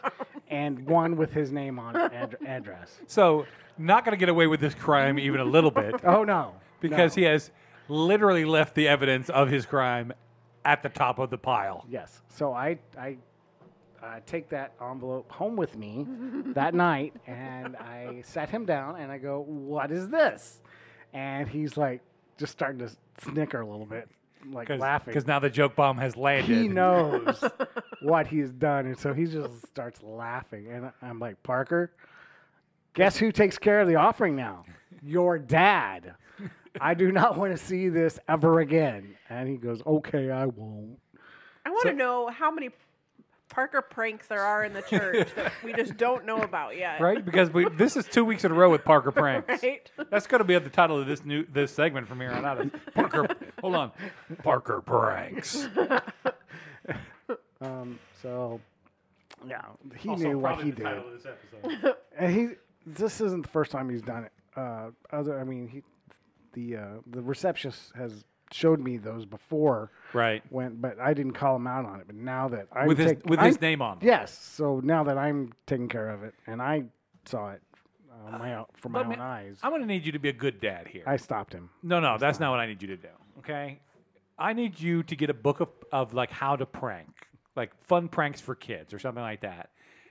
Speaker 3: and one with his name on it, add- address.
Speaker 1: so, not going to get away with this crime even a little bit
Speaker 3: Oh no!
Speaker 1: because
Speaker 3: no.
Speaker 1: he has literally left the evidence of his crime at the top of the pile.
Speaker 3: Yes. So I I uh, take that envelope home with me that night, and I sat him down, and I go, "What is this?" And he's like, just starting to snicker a little bit, like laughing.
Speaker 1: Because now the joke bomb has landed.
Speaker 3: he knows what he's done, and so he just starts laughing. And I'm like, Parker, guess who takes care of the offering now? Your dad. I do not want to see this ever again. And he goes, Okay, I won't.
Speaker 2: I want to know how many Parker pranks there are in the church that we just don't know about yet.
Speaker 1: Right? Because we, this is two weeks in a row with Parker pranks.
Speaker 2: Right?
Speaker 1: That's going to be at the title of this new this segment from here on out. is Parker, hold on, Parker pranks.
Speaker 3: Um, so, yeah, he
Speaker 6: Also,
Speaker 3: knew what
Speaker 6: probably
Speaker 3: he
Speaker 6: the
Speaker 3: did.
Speaker 6: title of this episode.
Speaker 3: And he, this isn't the first time he's done it. Uh, other, I mean, he, the uh, the receptionist has showed me those before.
Speaker 1: Right.
Speaker 3: When, but I didn't call him out on it. But now that I'm
Speaker 1: With his-
Speaker 3: take-
Speaker 1: with
Speaker 3: I'm-
Speaker 1: his name on it.
Speaker 3: Yes. So now that I'm taking care of it, and I saw it uh, my, o- from my own
Speaker 1: man,
Speaker 3: eyes,
Speaker 1: I'm going to need you to be a good dad here.
Speaker 3: I stopped him.
Speaker 1: no, no, that's not what I need you to do. Okay, I need you to get a book of, of like how to prank, like fun pranks for kids or something like that,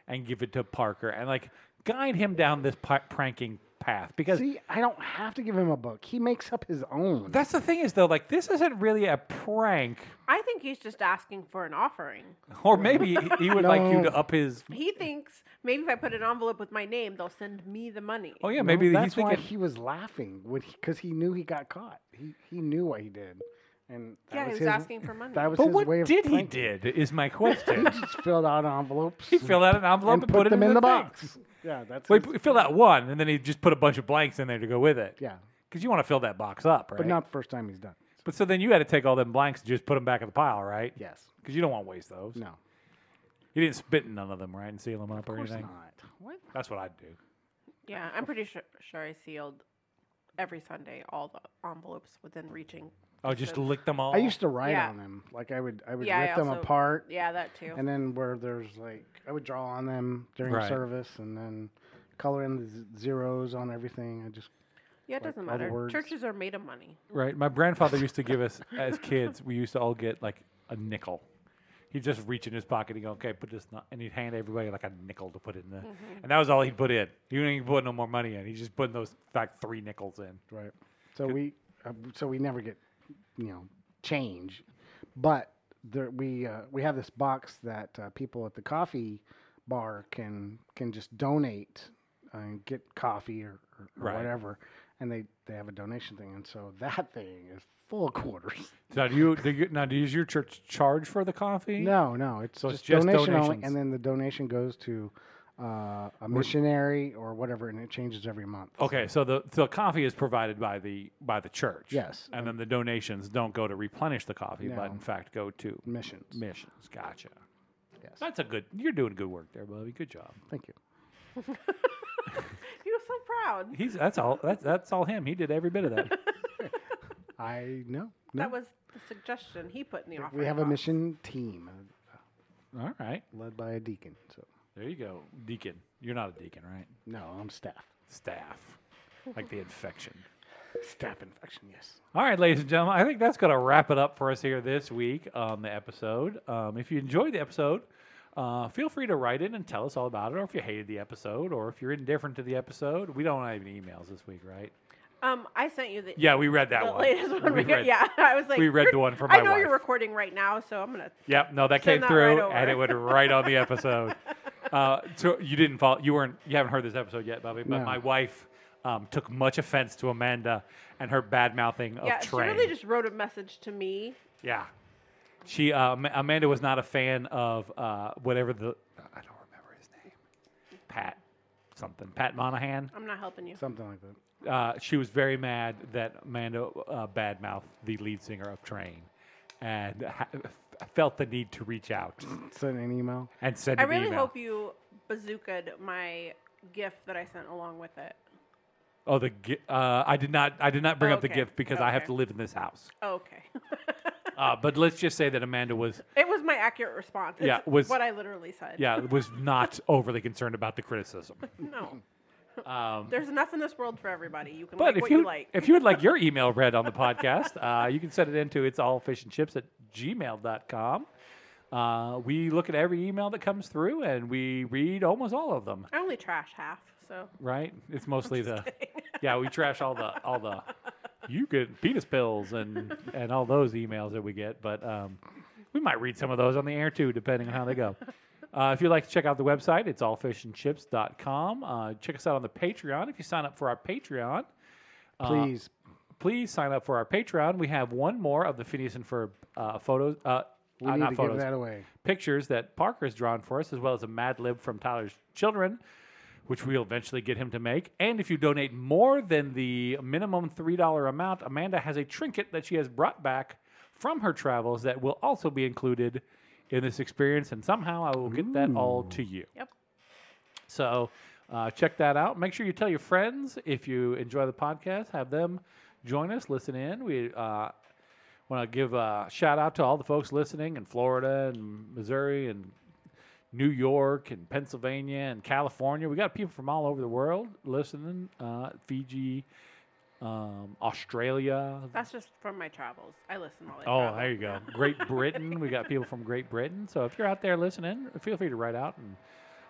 Speaker 1: and give it to Parker and like guide him down this pi- pranking path because
Speaker 3: See, I don't have to give him a book. He makes up his own.
Speaker 1: that's the thing is though like this isn't really a prank
Speaker 2: I think he's just asking for an offering.
Speaker 1: or maybe he- he would like you
Speaker 3: No.
Speaker 1: to up his
Speaker 2: He thinks maybe if I put an envelope with my name, they'll send me the money.
Speaker 1: oh yeah
Speaker 3: No,
Speaker 1: maybe
Speaker 3: that's
Speaker 1: he's thinking
Speaker 3: why he was laughing when because he, knew he got caught. He he knew what he did, and that
Speaker 2: Yeah,
Speaker 3: was
Speaker 2: he was
Speaker 3: his,
Speaker 2: asking for money.
Speaker 3: That was
Speaker 1: But
Speaker 3: his
Speaker 1: what
Speaker 3: way of
Speaker 1: did he
Speaker 3: pranking.
Speaker 1: did is my question.
Speaker 3: He just filled out envelopes.
Speaker 1: he filled out an envelope and,
Speaker 3: and put
Speaker 1: it
Speaker 3: them
Speaker 1: in,
Speaker 3: in the
Speaker 1: thing.
Speaker 3: box. Yeah, that's
Speaker 1: Wait,
Speaker 3: his-
Speaker 1: he filled out one, and then he just put a bunch of blanks in there to go with it.
Speaker 3: yeah,
Speaker 1: because you want to fill that box up, right?
Speaker 3: but not the first time he's done.
Speaker 1: But so then you had to take all them blanks and just put them back in the pile, right?
Speaker 3: Yes,
Speaker 1: Because you don't want to waste those.
Speaker 3: no,
Speaker 1: You didn't spit in none of them, right, and seal them up or
Speaker 3: of course
Speaker 1: anything.
Speaker 3: not. What?
Speaker 1: That's what I'd do.
Speaker 2: Yeah, I'm pretty sure, sure I sealed every Sunday all the envelopes within reaching.
Speaker 1: Oh, just lick them all.
Speaker 3: I used to write
Speaker 2: Yeah.
Speaker 3: on them. Like I would, I would
Speaker 2: Yeah, I
Speaker 3: rip them
Speaker 2: also-
Speaker 3: apart,
Speaker 2: Yeah, that too.
Speaker 3: and then where there's like, I would draw on them during
Speaker 1: Right.
Speaker 3: service, and then color in the z- zeros on everything. I just
Speaker 2: yeah, it doesn't
Speaker 3: all the
Speaker 2: matter.
Speaker 3: words.
Speaker 2: Churches are made of money.
Speaker 1: Right. My grandfather used to give us, as kids, we used to all get like a nickel. He'd just reach in his pocket and go, okay, put this, in," and he'd hand everybody like a nickel to put in the,
Speaker 3: Mm-hmm.
Speaker 1: and that was all he'd put in. He didn't even put no more money in. He just put those like three nickels in.
Speaker 3: right. So we, uh, so we never get, you know, change, but there, we uh, we have this box that uh, people at the coffee bar can can just donate uh, and get coffee or, or, or
Speaker 1: Right.
Speaker 3: whatever, and they they have a donation thing, and so that thing is full of quarters.
Speaker 1: Now, do you, do you now does your church charge for the coffee?
Speaker 3: No, no, it's
Speaker 1: So it's
Speaker 3: just,
Speaker 1: just
Speaker 3: donation only,
Speaker 1: donations.
Speaker 3: and then the donation goes to uh, a missionary or whatever, and it changes every month.
Speaker 1: Okay, so the so coffee is provided by the by the church.
Speaker 3: Yes.
Speaker 1: and then the donations don't go to replenish the coffee, but
Speaker 3: No.
Speaker 1: in fact go to
Speaker 3: missions.
Speaker 1: missions. Gotcha.
Speaker 3: Yes.
Speaker 1: That's a good. You're doing good work there, Bobby. Good job.
Speaker 3: Thank you.
Speaker 2: He was so proud.
Speaker 1: He's that's all. That's that's all him. He did every bit of that.
Speaker 3: I know.
Speaker 2: That
Speaker 3: No,
Speaker 2: was the suggestion he put in the offer.
Speaker 3: we have a mission team uh,
Speaker 1: all right.
Speaker 3: led by a deacon. So
Speaker 1: There you go, deacon. You're not a deacon, right?
Speaker 3: no, I'm staff.
Speaker 1: Staff, like the infection.
Speaker 3: Staph infection, yes.
Speaker 1: All right, ladies and gentlemen, I think that's going to wrap it up for us here this week on the episode. Um, if you enjoyed the episode, uh, feel free to write in and tell us all about it, or if you hated the episode, or if you're indifferent to the episode. We don't have any emails this week, right?
Speaker 2: Um, I sent you the
Speaker 1: Yeah, we read that
Speaker 2: the
Speaker 1: one.
Speaker 2: latest one. We
Speaker 1: We
Speaker 2: got,
Speaker 1: read-
Speaker 2: yeah, I was like,
Speaker 1: we read
Speaker 2: "You're-
Speaker 1: the one from
Speaker 2: I
Speaker 1: my
Speaker 2: know you're
Speaker 1: wife."
Speaker 2: recording right now, so I'm gonna.
Speaker 1: Yep. No, that came
Speaker 2: Send that
Speaker 1: through,
Speaker 2: right
Speaker 1: and it went
Speaker 2: over.
Speaker 1: right on the episode. uh, so you didn't follow. You weren't. You haven't heard this episode yet, Bobby. But
Speaker 3: No.
Speaker 1: my wife um, took much offense to Amanda and her bad mouthing of
Speaker 2: Yeah,
Speaker 1: Train.
Speaker 2: she really just wrote a message to me.
Speaker 1: yeah. She uh, Ma- Amanda was not a fan of uh, whatever the I don't remember his name. Pat something. Pat Monahan.
Speaker 2: I'm not helping you.
Speaker 3: Something like that.
Speaker 1: uh, she was very mad that Amanda uh, badmouthed the lead singer of Train, and ha- felt the need to reach out
Speaker 3: Send an email.
Speaker 1: and send
Speaker 2: I
Speaker 1: an
Speaker 2: really
Speaker 1: email.
Speaker 2: hope you bazookaed my gift that I sent along with it.
Speaker 1: oh, the gi- uh, I did not I did not bring up the
Speaker 2: Okay,
Speaker 1: gift because I have
Speaker 2: okay.
Speaker 1: to live in this house.
Speaker 2: Oh, okay.
Speaker 1: Uh, but let's just say that Amanda was
Speaker 2: it was my accurate response. It's
Speaker 1: Yeah, was-
Speaker 2: what I literally said.
Speaker 1: yeah was not overly concerned about the criticism.
Speaker 2: No.
Speaker 1: Um,
Speaker 2: There's enough in this world for everybody. You can
Speaker 1: but
Speaker 2: like
Speaker 1: if
Speaker 2: what
Speaker 1: you,
Speaker 2: you like.
Speaker 1: if you would like your email read on the podcast, uh, you can send it into it's all fish and chips at gmail.com. Uh, we look at every email that comes through and we read almost all of them.
Speaker 2: I only trash half, so
Speaker 1: right? It's mostly the yeah. We trash all the all the you get penis pills and and all those emails that we get, but um, we might read some of those on the air too, depending on how they go. Uh, if you'd like to check out the website, it's allfishandchips.com. Uh, check us out on the Patreon. If you sign up for our Patreon, Uh,
Speaker 3: Please.
Speaker 1: please sign up for our Patreon. We have one more of the Phineas and Ferb uh, photos. Uh,
Speaker 3: we
Speaker 1: uh,
Speaker 3: need
Speaker 1: not
Speaker 3: to
Speaker 1: photos,
Speaker 3: give that away.
Speaker 1: pictures that Parker has drawn for us, as well as a Mad Lib from Tyler's Children, which we'll eventually get him to make. And if you donate more than the minimum $3 amount, Amanda has a trinket that she has brought back from her travels that will also be included in this experience. And somehow I will get that all to you.
Speaker 2: Yep.
Speaker 1: So uh, check that out. Make sure you tell your friends if you enjoy the podcast, have them join us, listen in. We uh, want to give a shout out to all the folks listening in Florida and Missouri and New York and Pennsylvania and California. We got people from all over the world listening uh, Fiji, um, Australia.
Speaker 2: that's just from my travels. I listen while I
Speaker 1: Oh,
Speaker 2: travel.
Speaker 1: there you go. Great Britain. We got people from Great Britain. So if you're out there listening, feel free to write out and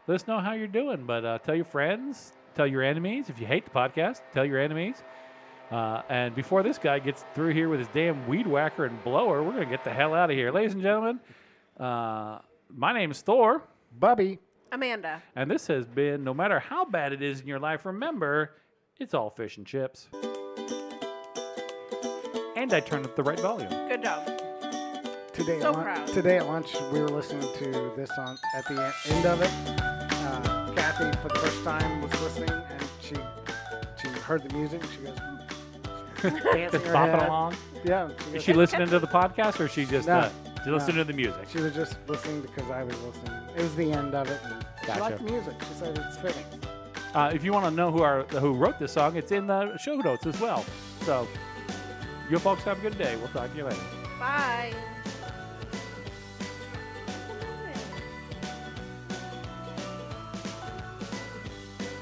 Speaker 1: let us know how you're doing. But uh, tell your friends, tell your enemies. If you hate the podcast, tell your enemies. Uh, and before this guy gets through here with his damn weed whacker and blower, we're going to get the hell out of here. Ladies and gentlemen, uh, my name's Thor.
Speaker 3: Bubby.
Speaker 2: Amanda.
Speaker 1: And this has been no matter how bad it is in your life, remember, it's all fish and chips. And I turned up the right volume.
Speaker 2: Good job.
Speaker 3: Today,
Speaker 2: So
Speaker 3: at lun-
Speaker 2: proud.
Speaker 3: today at lunch, we were listening to this on at the en- end of it. Uh, Kathy, for the first time, was listening, and she she heard the music. and She goes "Hmm." dancing
Speaker 1: Just
Speaker 3: her
Speaker 1: bopping
Speaker 3: head.
Speaker 1: along.
Speaker 3: Yeah. She,
Speaker 1: Is
Speaker 3: goes,
Speaker 1: she listening to the podcast or is she just
Speaker 3: No,
Speaker 1: uh, she listening
Speaker 3: no.
Speaker 1: to the music?
Speaker 3: she was just listening because I was listening. It was the end of it. And She
Speaker 1: Gotcha.
Speaker 3: liked the music. She said it's fitting.
Speaker 1: Uh, if you want to know who are who wrote this song, it's in the show notes as well. So, you folks have a good day. We'll talk to you later.
Speaker 2: Bye.